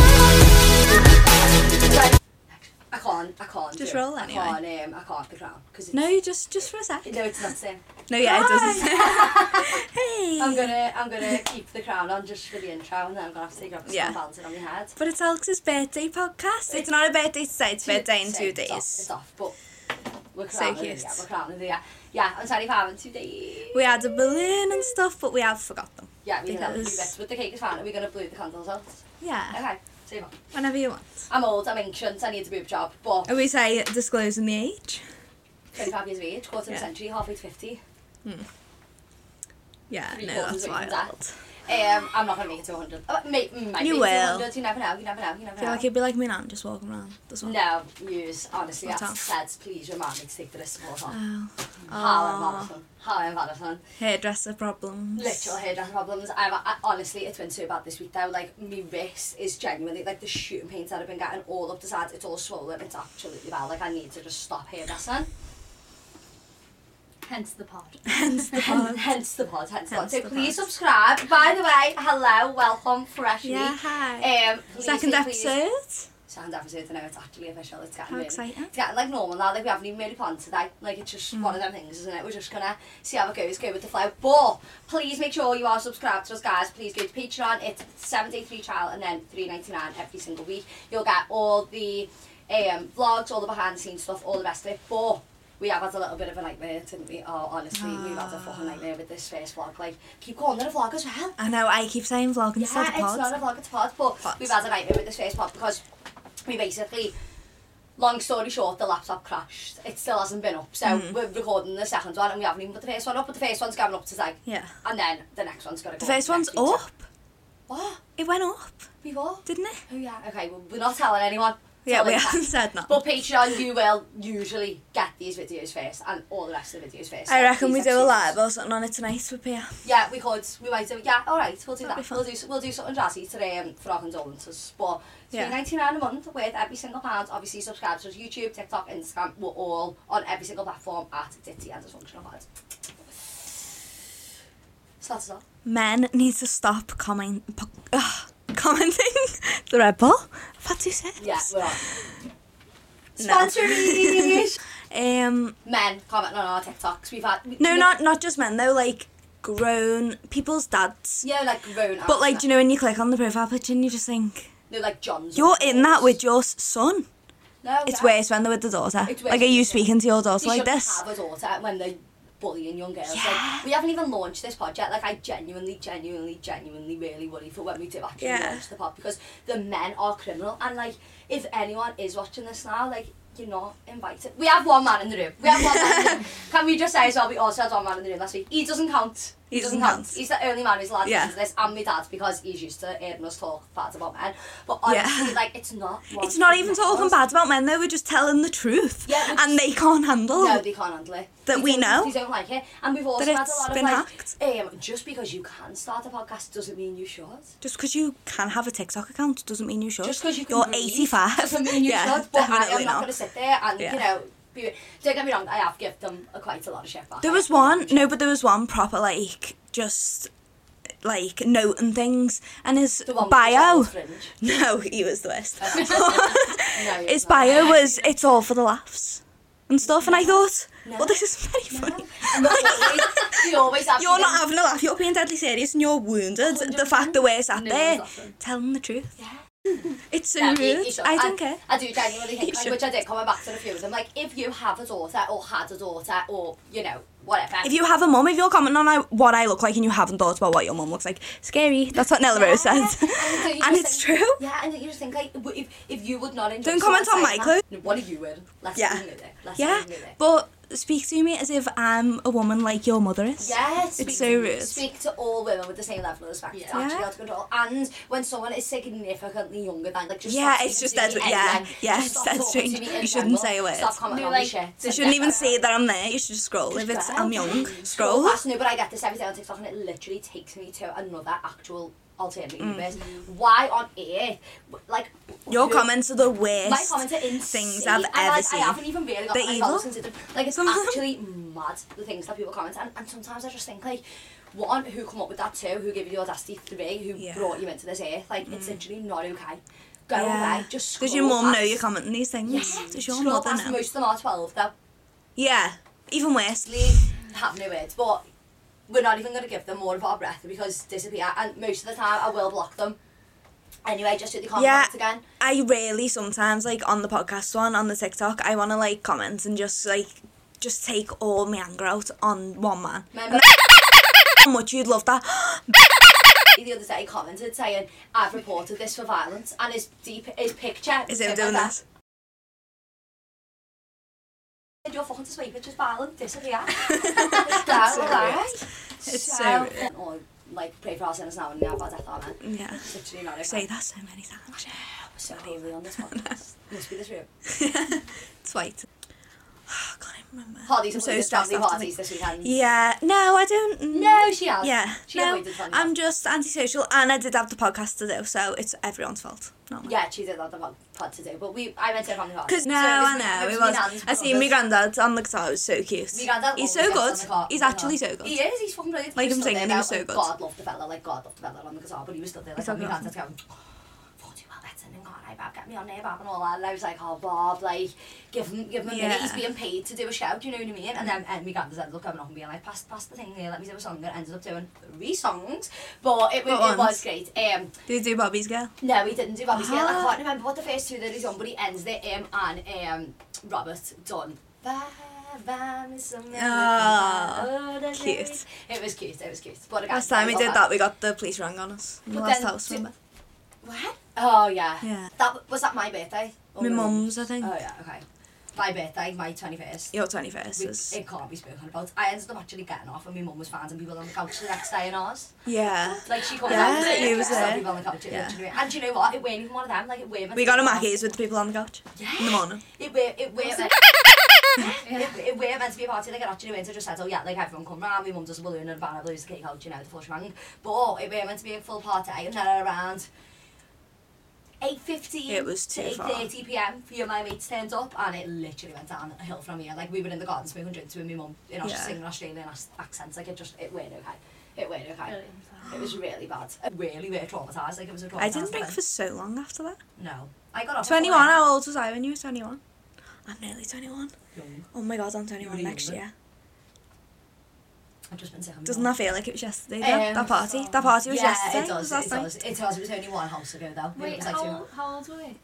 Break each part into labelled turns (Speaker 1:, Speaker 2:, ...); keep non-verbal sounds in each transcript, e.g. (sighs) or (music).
Speaker 1: um,
Speaker 2: No, just just for a sec.
Speaker 1: No, it's nothing.
Speaker 2: No, yeah, it doesn't. (laughs) hey.
Speaker 1: I'm gonna, I'm
Speaker 2: (laughs)
Speaker 1: gonna keep the crown on just for the intro, and then I'm gonna have to take off the
Speaker 2: Yeah.
Speaker 1: yeah. it on my head.
Speaker 2: But it's Alex's birthday podcast. It's not a birthday today, it's birthday in
Speaker 1: So,
Speaker 2: two
Speaker 1: it's off- It's
Speaker 2: days.
Speaker 1: off, but we're
Speaker 2: So
Speaker 1: crowning
Speaker 2: cute.
Speaker 1: it, yeah, we're crowning it, yeah. Yeah, I'm sorry, Pam, in two days.
Speaker 2: We had a balloon and stuff, but we have forgot them.
Speaker 1: Yeah, we have a few
Speaker 2: Because-
Speaker 1: bits, but the cake is fine, and we're gonna blow the candles out.
Speaker 2: Yeah,
Speaker 1: Okay, save on.
Speaker 2: whenever you want.
Speaker 1: I'm old, I'm ancient, I need a boob job, but
Speaker 2: Are we say disclosing the age?
Speaker 1: 25 years of age, quarter of a
Speaker 2: Yeah.
Speaker 1: century, halfway to 50.
Speaker 2: Yeah,
Speaker 1: Three
Speaker 2: no,
Speaker 1: quarters
Speaker 2: that's
Speaker 1: of it,
Speaker 2: wild.
Speaker 1: that. Um, I'm not gonna make it to 100. Uh, may, might
Speaker 2: You
Speaker 1: make it to
Speaker 2: will.
Speaker 1: 100, you never know, you never know, you
Speaker 2: I
Speaker 1: never
Speaker 2: feel
Speaker 1: know.
Speaker 2: like it'd be like me nan, just walking around. Does one?
Speaker 1: No, use honestly,
Speaker 2: Not
Speaker 1: that's
Speaker 2: off.
Speaker 1: lads, please remind me to take the risk off. Oh.
Speaker 2: Oh.
Speaker 1: How I'm
Speaker 2: Oh.
Speaker 1: marathon. How I'm marathon.
Speaker 2: Hairdresser problems. (laughs)
Speaker 1: Literal hairdresser problems. I've, I, honestly, it's been so bad this week though. Like, my wrist is genuinely, like, the shooting pains that I've been getting all up the sides, it's all swollen. It's absolutely bad. Like, I need to just stop hairdressing.
Speaker 3: Hence
Speaker 1: (laughs)
Speaker 3: the pod.
Speaker 2: Hence the
Speaker 1: Hence,
Speaker 2: pod.
Speaker 1: hence the pod, hence the pod.
Speaker 2: Hence
Speaker 1: So
Speaker 2: the
Speaker 1: please
Speaker 2: pod.
Speaker 1: subscribe. By the way, hello, welcome, fresh
Speaker 2: Yeah,
Speaker 1: meat.
Speaker 2: hi.
Speaker 1: Um, please,
Speaker 2: Second
Speaker 1: please, please-
Speaker 2: episode.
Speaker 1: Second episode, I know it's actually official. It's getting
Speaker 2: How
Speaker 1: really
Speaker 2: exciting. Mm.
Speaker 1: It's getting like normal now, like we haven't even really planned today. Like it's just one of them things, isn't it? We're just gonna see how it goes, go with the flow. But please make sure you are subscribed to us guys. Please go to Patreon. It's seven day free trial and then three ninety nine every single week. You'll get all the um vlogs, all the behind the scenes stuff, all the rest of it. But we have had a little bit of a nightmare, didn't we? Oh, honestly, we've had a
Speaker 2: Ah.
Speaker 1: fucking nightmare with this first vlog. Like, keep calling it a vlog as well.
Speaker 2: I know, I keep saying vlog
Speaker 1: Yeah,
Speaker 2: instead of pod.
Speaker 1: it's not a vlog, it's a pod, but
Speaker 2: Pod.
Speaker 1: we've had a nightmare with this first pod because we basically, long story short, the laptop crashed. It still hasn't been up, so
Speaker 2: Mm.
Speaker 1: we're recording the second one and we haven't even put the first one up, but the first one's going up today.
Speaker 2: Yeah.
Speaker 1: And then the next one's going to
Speaker 2: The
Speaker 1: go
Speaker 2: first
Speaker 1: up
Speaker 2: one's
Speaker 1: next week.
Speaker 2: up.
Speaker 1: What?
Speaker 2: It went up,
Speaker 1: We were?
Speaker 2: didn't it?
Speaker 1: Oh yeah, okay, well, we're not telling anyone.
Speaker 2: Yeah, we
Speaker 1: Telling
Speaker 2: haven't said that.
Speaker 1: But Patreon, you will usually get these videos first and all the rest of the videos first.
Speaker 2: I
Speaker 1: so
Speaker 2: reckon we
Speaker 1: please
Speaker 2: do a
Speaker 1: excuse us.
Speaker 2: live or something on it tonight with Pia.
Speaker 1: Yeah, we could. We might do. Yeah, all right, we'll do
Speaker 2: That'd be
Speaker 1: that. We'll do, we'll do something jazzy today um, for our condolences. But it's
Speaker 2: Yeah.
Speaker 1: yeah. 99 a month with every single pound. Obviously, subscribe to us, YouTube, TikTok, Instagram. We're all on every single platform at Ditty and Dysfunctional Pod. So that's all.
Speaker 2: Men need to stop comment, po- ugh, commenting (laughs) the Red Bull. I've had two sips.
Speaker 1: Yeah, we're on.
Speaker 2: (laughs) No. (laughs)
Speaker 1: Sponsors!
Speaker 2: Um,
Speaker 1: Men comment on our TikToks. We've had. We,
Speaker 2: no,
Speaker 1: we-
Speaker 2: not not just men though. Like grown people's dads.
Speaker 1: Yeah, like grown
Speaker 2: But like, do you know when you click on the profile picture and you just think
Speaker 1: No, like John's.
Speaker 2: you're in that with your s- son.
Speaker 1: No,
Speaker 2: It's
Speaker 1: yeah.
Speaker 2: worse when they're with the daughter.
Speaker 1: It's worse
Speaker 2: Like, are
Speaker 1: when
Speaker 2: you
Speaker 1: they're-
Speaker 2: speaking to your daughter
Speaker 1: They
Speaker 2: like
Speaker 1: shouldn't
Speaker 2: this?
Speaker 1: have a daughter when they're bullying young girls.
Speaker 2: Yeah.
Speaker 1: Like, we haven't even launched this pod yet. Like, I genuinely, genuinely, genuinely really worry for when we do actually
Speaker 2: Yeah.
Speaker 1: launch the pod because the men are criminal. And, like, if anyone is watching this now, like, you're not invited. We have one man in the room. We have one man in
Speaker 2: (laughs)
Speaker 1: the room. Can we just say as well, we also had one man in the room last week. He doesn't count. He, doesn't, count. He's the only man who's allowed to
Speaker 2: Yeah.
Speaker 1: listen to this, and my dad, because he's used to hearing us talk bad about men. But honestly,
Speaker 2: Yeah.
Speaker 1: like, it's not. one
Speaker 2: It's not
Speaker 1: thing
Speaker 2: even
Speaker 1: that
Speaker 2: talking
Speaker 1: matters.
Speaker 2: bad about men though. We're just telling the truth,
Speaker 1: Yeah, we're
Speaker 2: and they can't handle.
Speaker 1: No, they can't handle it.
Speaker 2: That
Speaker 1: They
Speaker 2: we
Speaker 1: don't-
Speaker 2: know.
Speaker 1: They don't like it. And we've also
Speaker 2: That
Speaker 1: had a
Speaker 2: it's
Speaker 1: lot of
Speaker 2: been
Speaker 1: like,
Speaker 2: hacked.
Speaker 1: um, just because you can start a podcast doesn't mean you should.
Speaker 2: Just because you can have a TikTok account doesn't mean you should.
Speaker 1: Just because you can
Speaker 2: You're
Speaker 1: breathe
Speaker 2: 85.
Speaker 1: doesn't mean you
Speaker 2: yeah,
Speaker 1: should. But I am
Speaker 2: definitely
Speaker 1: not
Speaker 2: not.
Speaker 1: going to sit there and,
Speaker 2: Yeah.
Speaker 1: you know, be, don't get me wrong, I have given them a, quite a lot of shit back.
Speaker 2: There was one, no, but there was one proper like just like noting things, and his
Speaker 1: The one with the
Speaker 2: bio.
Speaker 1: Charles Fringe.
Speaker 2: (laughs) No, he was the worst.
Speaker 1: No, you're
Speaker 2: his
Speaker 1: not.
Speaker 2: bio was it's all for the laughs and stuff, and I thought,
Speaker 1: No.
Speaker 2: well, this is very funny.
Speaker 1: No. And they always, they always have
Speaker 2: You're
Speaker 1: to
Speaker 2: not
Speaker 1: go-
Speaker 2: having a laugh. You're being deadly serious, and you're wounded.
Speaker 1: Oh,
Speaker 2: The fact that we're sat
Speaker 3: No
Speaker 2: there
Speaker 3: one's laughing.
Speaker 2: telling the truth.
Speaker 1: Yeah.
Speaker 2: It's so
Speaker 1: Yeah,
Speaker 2: rude.
Speaker 1: you- you should.
Speaker 2: I don't care.
Speaker 1: I do genuinely
Speaker 2: (laughs) You
Speaker 1: hate
Speaker 2: should.
Speaker 1: them, which I did coming back to a few of them. Like, if you have a daughter or had a daughter or, you know, whatever.
Speaker 2: If you have a mum, if you're commenting on I, what I look like and you haven't thought about what your mum looks like, scary. That's what Nella Rose
Speaker 1: Yeah.
Speaker 2: says.
Speaker 1: And,
Speaker 2: (laughs)
Speaker 1: don't you
Speaker 2: and
Speaker 1: just
Speaker 2: it's
Speaker 1: think-
Speaker 2: true.
Speaker 1: Yeah, and you just think like w- if, if you would not enjoy.
Speaker 2: Don't comment
Speaker 1: someone
Speaker 2: on
Speaker 1: saying
Speaker 2: my
Speaker 1: that, What are you wearing? Let's
Speaker 2: Yeah.
Speaker 1: yeah. Move it. Let's
Speaker 2: Yeah,
Speaker 1: move it.
Speaker 2: but speak to me as if I'm a woman like your mother is.
Speaker 1: Yeah,
Speaker 2: It's
Speaker 1: speak,
Speaker 2: so rude.
Speaker 1: Speak to all women with the same level of respect. It's
Speaker 3: Yeah.
Speaker 1: actually out of control. And when someone is significantly younger than, like, just
Speaker 2: Yeah,
Speaker 1: stop
Speaker 2: it's just
Speaker 1: speaking to
Speaker 2: dead-
Speaker 1: me
Speaker 2: yeah,
Speaker 1: anyway.
Speaker 2: yeah,
Speaker 1: Just
Speaker 2: it's
Speaker 1: stop
Speaker 2: dead
Speaker 1: talking
Speaker 2: strange.
Speaker 1: to me in
Speaker 2: You
Speaker 1: general.
Speaker 2: shouldn't say a word.
Speaker 1: Stop commenting
Speaker 3: They're
Speaker 1: on my
Speaker 3: like-
Speaker 1: shit.
Speaker 2: They shouldn't even
Speaker 1: Yeah.
Speaker 2: say that I'm there. You should just scroll. If it's
Speaker 1: Just
Speaker 2: I'm young,
Speaker 1: browse.
Speaker 2: scroll.
Speaker 1: That's new, but I get this every day on TikTok and it literally takes me to another actual
Speaker 2: Mm.
Speaker 1: alternative universe. Why on earth? Like
Speaker 2: Your
Speaker 1: who-
Speaker 2: comments are the
Speaker 1: My
Speaker 2: worst.
Speaker 1: comments are insane.
Speaker 2: things I've
Speaker 1: and, like,
Speaker 2: ever
Speaker 1: I
Speaker 2: seen.
Speaker 1: haven't even really got
Speaker 2: They're
Speaker 1: my
Speaker 2: evil.
Speaker 1: thoughts into them. Like
Speaker 2: (laughs)
Speaker 1: it's
Speaker 2: Some of them.
Speaker 1: actually mad the things that people comment and, and sometimes I just think like one who come up with that two who gave you the audacity three who
Speaker 2: Yeah. Mm.
Speaker 1: brought you into this earth like it's literally not okay. Go away. Just
Speaker 2: Does your mum know
Speaker 1: past-
Speaker 2: you're commenting these things?
Speaker 1: Yeah.
Speaker 2: Does your
Speaker 1: scroll
Speaker 2: mother
Speaker 1: past
Speaker 2: know?
Speaker 1: Most of them are twelve though.
Speaker 2: Yeah. even worse.
Speaker 1: Lee have no words, but we're not even going to give them more of our breath because disappear. And most of the time, I will block them. Anyway, just so they can't
Speaker 2: Yeah.
Speaker 1: comment again.
Speaker 2: I really sometimes like on the podcast one on the TikTok. I want to like comment and just like just take all my anger out on
Speaker 1: (laughs)
Speaker 2: one man.
Speaker 1: Remember,
Speaker 2: How much you'd love that? (gasps)
Speaker 1: the other day he commented saying, I've reported this for violence, and his, deep, his picture
Speaker 2: Is him
Speaker 1: was
Speaker 2: doing
Speaker 1: like
Speaker 2: this?
Speaker 1: You're fucking to sweep, it's just violent, disappear.
Speaker 2: (laughs)
Speaker 1: (laughs)
Speaker 2: It's so weird. It's so weird.
Speaker 1: Or, oh, like, pray for our sinners now and now about death, amen.
Speaker 2: Yeah.
Speaker 1: Literally not
Speaker 2: I
Speaker 1: okay.
Speaker 2: say that so many times.
Speaker 1: So lovely
Speaker 2: (laughs)
Speaker 1: on this podcast. Must be this room.
Speaker 2: It's white. (sighs) I can't even remember.
Speaker 1: Parties,
Speaker 2: I'm
Speaker 1: so
Speaker 2: so stressed
Speaker 1: family
Speaker 2: after
Speaker 1: parties
Speaker 2: thi-
Speaker 1: this weekend.
Speaker 2: Yeah. No, I don't. mm,
Speaker 1: No, she has.
Speaker 2: Yeah.
Speaker 1: She
Speaker 2: no,
Speaker 1: avoided family
Speaker 2: I'm just antisocial, and I did have the podcast to do, so it's everyone's fault, not mine.
Speaker 1: Yeah, she did that the pod, pod today, but we I went to a family party.
Speaker 2: Because no,
Speaker 1: it was
Speaker 2: I
Speaker 1: me-
Speaker 2: know it
Speaker 1: me
Speaker 2: was.
Speaker 1: nan's
Speaker 2: I seen my
Speaker 1: brothers.
Speaker 2: granddad on the guitar. It was so cute.
Speaker 1: Me granddad
Speaker 2: He's
Speaker 1: always
Speaker 2: so
Speaker 1: gets on
Speaker 2: good.
Speaker 1: the car-
Speaker 2: He's
Speaker 1: on the
Speaker 2: actually
Speaker 1: car.
Speaker 2: so good.
Speaker 1: He is. He's fucking brilliant.
Speaker 2: Like
Speaker 1: was
Speaker 2: I'm
Speaker 1: still
Speaker 2: saying,
Speaker 1: there,
Speaker 2: he was
Speaker 1: like,
Speaker 2: so good.
Speaker 1: God loved the fella. Like God loved the fella on the guitar, but he was still there. Like
Speaker 2: It's
Speaker 1: and me
Speaker 2: okay.
Speaker 1: granddad's going. "Fuck, do well better than him, can't I, Bob? Get me on there, Bob, and all that. And I was like, oh, Bob, like, give him, give him a minute.
Speaker 2: Yeah. Mm.
Speaker 1: He's being paid to do a show. Do you know what I mean? And then uh, and my granddad's ended up coming up and being like, pass, pass the thing there. Let me do a song. And ended up doing three songs, but it, was
Speaker 2: But
Speaker 1: it was
Speaker 2: once.
Speaker 1: great. Um,
Speaker 2: Did you do Bobby's girl?
Speaker 1: no, he didn't do Bobby's Girl. I
Speaker 2: Ah.
Speaker 1: can't remember what the first two that he's on, but he ends the M and um, Robert Dunn. Bye, bye, Miss America.
Speaker 2: Ah,
Speaker 1: Oh, that's
Speaker 2: cute.
Speaker 1: it. It was cute, it was cute. But again,
Speaker 2: Last time we
Speaker 1: I love
Speaker 2: did that, we got the police rang on us. In the
Speaker 1: But
Speaker 2: last
Speaker 1: then
Speaker 2: house,
Speaker 1: did-
Speaker 2: remember?
Speaker 1: What? Oh, yeah.
Speaker 2: Yeah.
Speaker 1: That Was that my birthday? Or
Speaker 2: My
Speaker 1: no?
Speaker 2: mum's, I think.
Speaker 1: Oh, yeah, okay. My birthday, my 21st.
Speaker 2: Your 21st
Speaker 1: We,
Speaker 2: is.
Speaker 1: it can't be spoken about. I ended up actually getting off, and my mum was finding people on the couch the next day in ours.
Speaker 2: Yeah.
Speaker 1: Like she comes
Speaker 2: Yeah,
Speaker 1: out and
Speaker 2: you was there.
Speaker 1: people on the couch.
Speaker 2: Yeah.
Speaker 1: Yeah. And do you know what? It weren't even one of them. Like it weren't.
Speaker 2: We got a Mackey's with the people on the couch
Speaker 1: Yeah.
Speaker 2: in the morning.
Speaker 1: It were it were
Speaker 3: Was
Speaker 1: meant, it,
Speaker 3: it?
Speaker 1: it were meant to be a party like an actually went to just said oh yeah like everyone come round my mum does a balloon and a banner blues the cake out you know the full shebang but it were meant to be a full party and then around 8.15
Speaker 2: It was
Speaker 1: to
Speaker 2: too far.
Speaker 1: 8.30pm a few of my mates turned up and it literally went down a hill from here like we were in the garden smoking drinks with my mum in Aus-
Speaker 2: Yeah.
Speaker 1: singing Australian as- accents like it just it weren't okay it weren't okay it was really bad really were traumatised like it was a traumatised
Speaker 2: I didn't drink
Speaker 1: event.
Speaker 2: for so long after that.
Speaker 1: no I got off at
Speaker 2: 21,
Speaker 1: four.
Speaker 2: how old was I when you were 21? I'm nearly 21.
Speaker 1: Young.
Speaker 2: Oh my god, I'm
Speaker 1: were
Speaker 2: 21
Speaker 1: younger.
Speaker 2: next year.
Speaker 1: I've just been sick of my
Speaker 2: Doesn't
Speaker 1: mum.
Speaker 2: that feel like it was yesterday? though?
Speaker 1: Um,
Speaker 2: that party? That party was
Speaker 1: yeah,
Speaker 2: yesterday?
Speaker 1: It does.
Speaker 2: was last
Speaker 1: it
Speaker 2: night?
Speaker 1: does. It does. It was only one house ago though. Maybe it
Speaker 3: Wait,
Speaker 1: was like two.
Speaker 3: how, how old were we?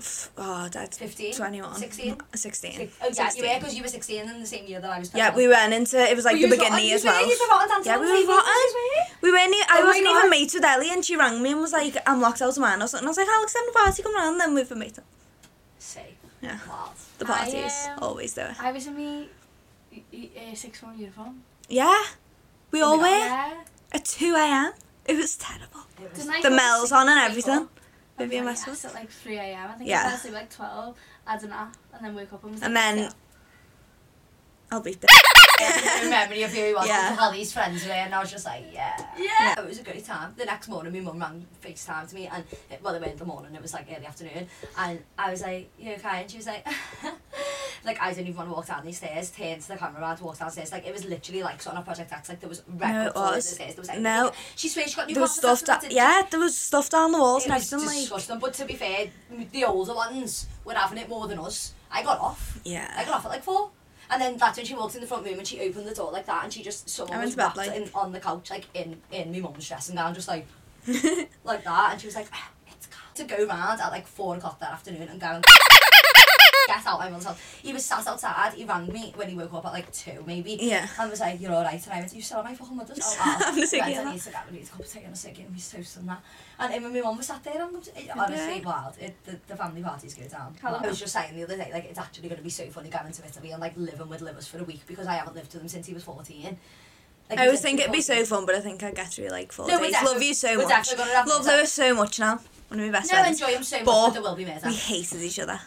Speaker 2: F- Oh, that's
Speaker 1: 15?
Speaker 2: 21.
Speaker 1: 16?
Speaker 2: 16.
Speaker 1: Six- Oh, yeah, you
Speaker 2: 16.
Speaker 1: were because you were 16 in the same year that I was.
Speaker 2: Yeah, we went into it was like the beginning as well. Yeah, we were rotten. We weren't. e- I
Speaker 1: Oh my
Speaker 2: wasn't
Speaker 1: God.
Speaker 2: even mates with Ellie, and she rang me and was like, "I'm locked out of mine or something." I was like, "Alex, I'm the party, come round." Then we've been mates.
Speaker 1: See,
Speaker 2: Yeah,
Speaker 1: wild.
Speaker 2: the
Speaker 3: I,
Speaker 2: parties
Speaker 3: um,
Speaker 2: always do it.
Speaker 3: I was in my y- y- uh, sixth form uniform.
Speaker 2: Yeah, we all were
Speaker 3: Yeah.
Speaker 2: at two a.m. It was terrible.
Speaker 1: It was (laughs) Oh,
Speaker 3: Didn't I
Speaker 2: The
Speaker 3: go to
Speaker 2: Mel's
Speaker 3: sixth
Speaker 2: on and
Speaker 3: form?
Speaker 2: everything.
Speaker 3: I
Speaker 2: Vivian
Speaker 3: was on
Speaker 2: Westwood.
Speaker 3: yes at like 3 a.m. I think
Speaker 2: Yeah.
Speaker 3: I fell asleep at like 12, had a nap, and then woke up and was
Speaker 2: And
Speaker 3: like,
Speaker 2: then-
Speaker 3: "So,
Speaker 1: (laughs)
Speaker 2: I'll be
Speaker 1: a memory of who he was
Speaker 2: Yeah.
Speaker 1: and how these friends were, and I was just like, yeah.
Speaker 3: Yeah.
Speaker 1: It was a great time. The next morning, my mum rang FaceTime to me, and it, well, it went in the morning, it was like early afternoon, and I was like, you okay? And she was like, (laughs) like, I didn't even want to walk down these stairs, turned to the camera around, walked downstairs. Like, it was literally like sort of Project X, like, there was
Speaker 2: No,
Speaker 1: records
Speaker 2: it
Speaker 1: all over the
Speaker 2: was.
Speaker 1: stairs. There was like,
Speaker 2: No.
Speaker 1: like, she swears she got new
Speaker 2: there was
Speaker 1: carpet, that's
Speaker 2: stuff that.
Speaker 1: what it-
Speaker 2: Yeah, there was stuff down the walls
Speaker 1: it
Speaker 2: and
Speaker 1: was
Speaker 2: everything. Like,
Speaker 1: disgusting, but to be fair, the older ones were having it more than us. I got off. I
Speaker 2: yeah,
Speaker 1: got off at like four. And then that's when she walked in the front room and she opened the door like that and she just someone
Speaker 2: I went
Speaker 1: was
Speaker 2: to bed,
Speaker 1: wrapped
Speaker 2: like-
Speaker 1: in, on the couch like in in my mum's dressing gown just
Speaker 2: (laughs)
Speaker 1: like like that and she was like "Ah, it's cold. to go round at like four o'clock that afternoon and go
Speaker 2: (laughs)
Speaker 1: and get out my mum's house. He was sat outside. He rang me when he woke up at like two maybe.
Speaker 2: yeah.
Speaker 1: And was like, you're all right. And I went, you still on my fucking mother's?
Speaker 2: (laughs)
Speaker 1: Oh, wow.
Speaker 2: I'm the sick
Speaker 1: Right,
Speaker 2: of
Speaker 1: I
Speaker 2: that.
Speaker 1: need to get, I need to cup of tea and a ciggy and we toast and that. And him and my mum were sat there and it, honestly,
Speaker 2: Yeah.
Speaker 1: wild. It, the, the family parties go down.
Speaker 3: How long-
Speaker 1: I was just saying the other day, like, it's actually going to be so funny going to Italy and, like, living with Livers for a week because I haven't lived with them since he was 14. Like,
Speaker 2: I
Speaker 1: he's
Speaker 2: always think it'd be
Speaker 1: 14.
Speaker 2: so fun, but I think I'd get through like four
Speaker 1: No, we're
Speaker 2: days.
Speaker 1: definitely-
Speaker 2: Love you so
Speaker 1: we're
Speaker 2: much.
Speaker 1: definitely gonna have
Speaker 2: Love
Speaker 1: to-
Speaker 2: Lewis so much now. One of my best
Speaker 1: No,
Speaker 2: friends.
Speaker 1: enjoy them so much,
Speaker 2: But
Speaker 1: but there will be murder.
Speaker 2: We hated each other.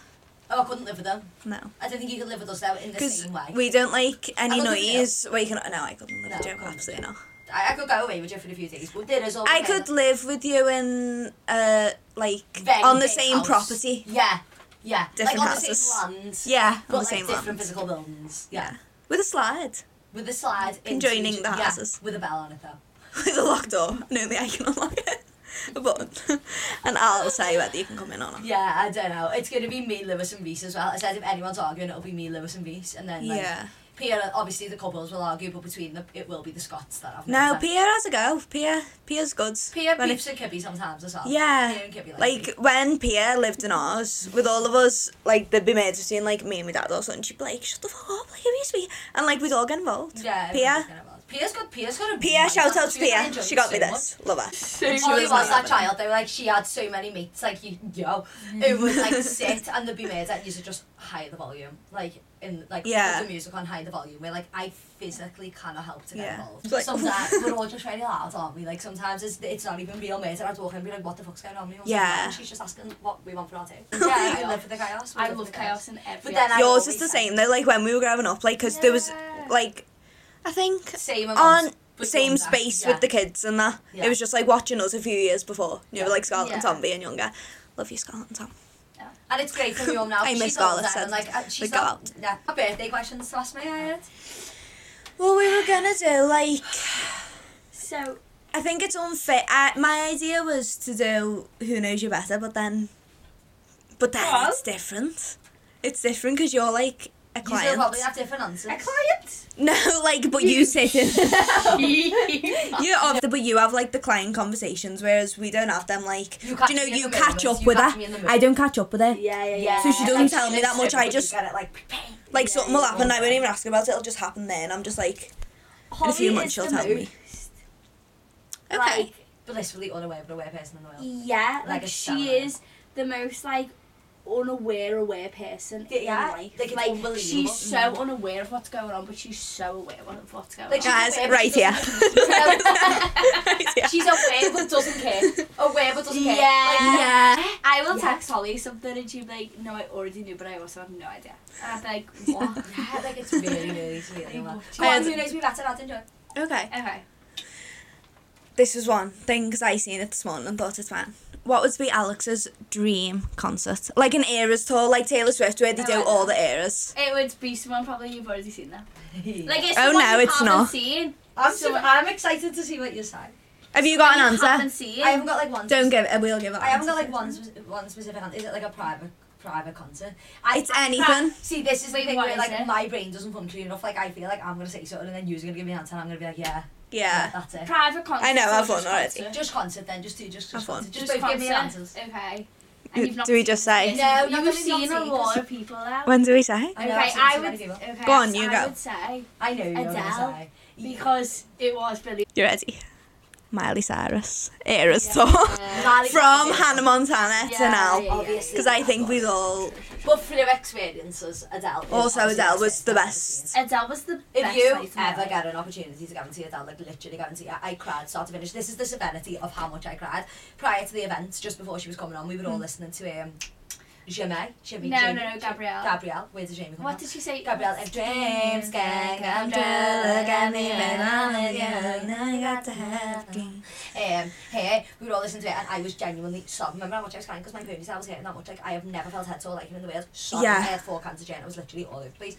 Speaker 1: Oh, I couldn't live with them.
Speaker 2: No.
Speaker 1: I don't think you could live with us, though, in the
Speaker 2: Because
Speaker 1: same way.
Speaker 2: we don't like any
Speaker 1: I love the
Speaker 2: noise. Waking up. No, I couldn't live
Speaker 1: No,
Speaker 2: with
Speaker 1: I
Speaker 2: Joe.
Speaker 1: couldn't.
Speaker 2: Absolutely not.
Speaker 1: I, I could go away with you for a few days, but there is all
Speaker 2: I
Speaker 1: the-
Speaker 2: could live with you in, uh, like,
Speaker 1: Very
Speaker 2: on the
Speaker 1: big
Speaker 2: same
Speaker 1: house.
Speaker 2: property.
Speaker 1: Yeah, yeah.
Speaker 2: Different
Speaker 1: like,
Speaker 2: houses.
Speaker 1: on the same land.
Speaker 2: Yeah,
Speaker 1: But
Speaker 2: on the
Speaker 1: like
Speaker 2: same
Speaker 1: different
Speaker 2: land.
Speaker 1: physical buildings. Yeah.
Speaker 2: With a slide. (laughs)
Speaker 1: With the slide in
Speaker 2: Conjoining the houses.
Speaker 1: with a bell on it though.
Speaker 2: With a locked door. And only I can unlock it. (laughs) A button. (laughs) and I'll say whether you can come in or not.
Speaker 1: Yeah, I don't know. It's gonna be me, Lewis and Reese as well. I said if anyone's arguing it'll be me, Lewis and Reese and then like
Speaker 2: Yeah.
Speaker 1: Pierre, obviously the couples will argue, but between them, it will be the Scots that have
Speaker 2: No,
Speaker 1: time.
Speaker 2: Pierre has a go. Pierre, Pierre's good.
Speaker 1: Pierre
Speaker 2: When it-
Speaker 1: beeps and Kibby sometimes as well.
Speaker 2: Yeah.
Speaker 1: Pierre and Kibby like,
Speaker 2: Like when Pierre lived in ours with all of us, like there'd be murders between like me and my dad or something. She'd be like, "Shut the fuck up!" Like who used to be, and like we'd all get involved.
Speaker 1: yeah,
Speaker 2: Pierre,
Speaker 1: Pierre's got Pierre's got a
Speaker 2: Pierre,
Speaker 1: mind
Speaker 2: shout out to
Speaker 1: she was
Speaker 2: Pierre.
Speaker 1: enjoying
Speaker 2: She got me
Speaker 1: so much.
Speaker 2: this. Love her.
Speaker 3: So
Speaker 2: She
Speaker 1: Ollie
Speaker 2: was
Speaker 1: was,
Speaker 2: my
Speaker 1: that
Speaker 2: favourite.
Speaker 1: child. They were like, she had so many mates, like you, yo, it would
Speaker 2: (laughs)
Speaker 1: like sit and there'd be maids that used to just high the volume, like in like
Speaker 2: Yeah.
Speaker 1: put the music on high the volume. We're like, I physically cannot help to get
Speaker 2: Yeah.
Speaker 1: involved.
Speaker 2: It's like- (laughs)
Speaker 1: sometimes we're all just really loud, aren't we? Like sometimes it's it's not even real maids. And I'd walk in and be like, what the fuck's going on? We all sit
Speaker 2: Yeah.
Speaker 1: down, She's just asking what we want for our
Speaker 2: (laughs)
Speaker 1: tea. Yeah, I live for the chaos. we
Speaker 3: I
Speaker 1: for
Speaker 3: love
Speaker 1: the
Speaker 3: chaos in every.
Speaker 1: But then I-
Speaker 2: Yours is
Speaker 1: always
Speaker 2: the
Speaker 1: said-
Speaker 2: same though. Like when we were growing up, like because there was
Speaker 3: Yeah.
Speaker 2: like, I think
Speaker 1: Same
Speaker 2: on
Speaker 1: amongst- but
Speaker 2: same
Speaker 1: younger,
Speaker 2: space
Speaker 1: yeah.
Speaker 2: with the kids and that.
Speaker 1: Yeah.
Speaker 2: It was just like watching us a few years before. You know,
Speaker 1: Yeah.
Speaker 2: like Scarlett and
Speaker 3: Yeah.
Speaker 2: Tom being younger. Love you, Scarlett and Tom.
Speaker 1: And it's great for your now.
Speaker 2: (laughs) I miss
Speaker 1: she's older
Speaker 2: Scarlett,
Speaker 1: and
Speaker 2: so
Speaker 1: like uh, she's
Speaker 2: we go
Speaker 1: not-
Speaker 2: out.
Speaker 1: Yeah. A birthday questions to ask me, I heard.
Speaker 2: Well, we were gonna do like
Speaker 3: so
Speaker 2: I think it's unfair. I, my idea was to do Who Knows You Better, but then, but then
Speaker 3: Well.
Speaker 2: it's different. It's different because you're like a
Speaker 1: You still
Speaker 2: client.
Speaker 1: probably have different answers.
Speaker 3: a client.
Speaker 2: (laughs) No, like
Speaker 1: (laughs)
Speaker 2: but you sit in.
Speaker 3: yeah.
Speaker 2: You're of the, but you have like the client conversations, whereas we don't have them. Like,
Speaker 1: You catch
Speaker 2: do you know,
Speaker 1: me in
Speaker 2: you
Speaker 1: the
Speaker 2: catch
Speaker 1: moments,
Speaker 2: up
Speaker 1: you
Speaker 2: with
Speaker 1: catch
Speaker 2: her.
Speaker 1: me in the
Speaker 2: I
Speaker 1: moments.
Speaker 2: don't catch up with her.
Speaker 3: Yeah. Yeah.
Speaker 2: So she doesn't tell me that much, I just-
Speaker 1: got it like
Speaker 2: Like something will happen, I
Speaker 1: I
Speaker 2: won't even ask about it. It'll just happen there, and I'm just like, in a
Speaker 3: Holly
Speaker 2: few months
Speaker 3: is
Speaker 2: she'll
Speaker 3: the
Speaker 2: tell me.
Speaker 3: most-
Speaker 2: Okay.
Speaker 3: Like,
Speaker 1: blissfully unaware of the aware person in the world.
Speaker 3: yeah,
Speaker 1: Like
Speaker 3: like,
Speaker 1: a
Speaker 3: she
Speaker 1: stammerer.
Speaker 3: is the most like unaware aware person
Speaker 1: Yeah, yeah.
Speaker 3: in life.
Speaker 1: Like, it's unbelievable. Mm.
Speaker 3: she's so unaware of what's going on, but she's so aware of what's going
Speaker 1: Like,
Speaker 3: on.
Speaker 2: guys,
Speaker 1: aware, but
Speaker 2: right
Speaker 1: she (laughs)
Speaker 2: here.
Speaker 1: doesn't-
Speaker 2: (laughs)
Speaker 3: (laughs)
Speaker 2: Right here.
Speaker 1: She's aware but doesn't care. Aware but doesn't care. Like,
Speaker 2: Yeah.
Speaker 3: I will
Speaker 1: Yeah.
Speaker 3: text Holly something and she'd be like, No, I already knew, but I also have no idea. And I'd be
Speaker 2: (laughs)
Speaker 3: like, What?
Speaker 1: (laughs) yeah, like it's really, really sweet.
Speaker 3: I
Speaker 1: Emma.
Speaker 3: watch
Speaker 1: Go on,
Speaker 2: it.
Speaker 1: who knows me better? I'd enjoy.
Speaker 2: Okay.
Speaker 3: okay.
Speaker 2: This was one thing because I seen it this morning and thought it's fine. What would be Alex's dream concert? Like an eras tour, like Taylor Swift, where they
Speaker 1: Oh,
Speaker 2: do
Speaker 1: I know.
Speaker 2: all the eras.
Speaker 3: It would be someone probably you've already seen them.
Speaker 1: (laughs)
Speaker 3: Like it's
Speaker 2: Oh,
Speaker 3: someone
Speaker 2: no,
Speaker 3: you
Speaker 2: it's
Speaker 3: haven't
Speaker 2: not.
Speaker 3: Seen.
Speaker 1: I'm,
Speaker 3: so-
Speaker 1: so, I'm excited to see what you say.
Speaker 2: Have you got
Speaker 3: you
Speaker 2: an
Speaker 3: Haven't
Speaker 2: answer?
Speaker 3: seen.
Speaker 1: I haven't got like one.
Speaker 2: Don't give it. We'll give it.
Speaker 1: I haven't got like one spe- one specific answer. Is it like a private private concert? I,
Speaker 2: It's anything.
Speaker 1: See, this is the
Speaker 3: Wait,
Speaker 1: thing
Speaker 3: what
Speaker 1: where
Speaker 3: is
Speaker 1: like
Speaker 3: it?
Speaker 1: my brain doesn't function enough. Like I feel like I'm gonna say something and then you're gonna give me an answer and I'm gonna be like, yeah, yeah,
Speaker 2: Yeah.
Speaker 1: that's it.
Speaker 3: private concert.
Speaker 2: I know,
Speaker 3: or
Speaker 2: I've
Speaker 3: just
Speaker 2: won already.
Speaker 3: concert?
Speaker 1: Just concert then, just do just,
Speaker 2: Have
Speaker 1: just
Speaker 2: fun.
Speaker 1: concert. Just,
Speaker 3: Just
Speaker 1: both give me the
Speaker 3: concert.
Speaker 1: answers.
Speaker 3: Okay.
Speaker 2: Do-
Speaker 3: And you've not
Speaker 2: do we
Speaker 3: seen
Speaker 2: just
Speaker 3: them.
Speaker 2: say?
Speaker 1: No, not
Speaker 3: you've
Speaker 1: that we've
Speaker 3: seen
Speaker 1: not
Speaker 3: a
Speaker 1: seen,
Speaker 3: lot
Speaker 1: 'cause-
Speaker 3: of people though.
Speaker 2: When do we say?
Speaker 1: I know,
Speaker 3: okay,
Speaker 1: I've seen
Speaker 3: I
Speaker 1: so many
Speaker 3: would.
Speaker 1: people.
Speaker 3: Okay,
Speaker 2: Go on,
Speaker 3: so
Speaker 2: you
Speaker 3: I
Speaker 2: go.
Speaker 3: would say
Speaker 1: I know you're
Speaker 3: Adele.
Speaker 1: gonna say.
Speaker 3: because it was Billy.
Speaker 2: You ready? Miley Cyrus eras
Speaker 3: Yeah.
Speaker 2: tour (laughs)
Speaker 1: Miley
Speaker 2: from
Speaker 1: Cyrus.
Speaker 2: Hannah Montana to
Speaker 3: Yeah,
Speaker 2: now.
Speaker 3: yeah.
Speaker 1: Obviously.
Speaker 2: Because I think we'd all.
Speaker 1: But for your experiences, Adele. is
Speaker 2: Also,
Speaker 1: obviously
Speaker 2: Adele was the
Speaker 1: best.
Speaker 3: Adele was the
Speaker 1: If
Speaker 3: best.
Speaker 1: you
Speaker 3: night of my
Speaker 1: ever
Speaker 3: life.
Speaker 1: get an opportunity to go and see Adele, like literally go and see her, I cried start to finish. This is the severity of how much I cried. Prior to the event, just before she was coming on, we were all
Speaker 2: Hmm.
Speaker 1: listening to um, Jamie. Jamie
Speaker 3: No,
Speaker 1: Jamie-
Speaker 3: no, no, Gabrielle.
Speaker 1: Gabrielle. Where did Jamie come
Speaker 3: What
Speaker 1: from?
Speaker 3: did she say?
Speaker 1: Gabrielle, if dreams can come true, look at me when I'm with you. Now you got to have me. Um, hey, we were all listening to it and I was genuinely sobbing. Remember how much I was crying because my ponytail was hurting that much? Like, I have never felt head sore like him in the world. Sobbing,
Speaker 2: Yeah.
Speaker 1: I had four cancer gen, I was literally all over the place.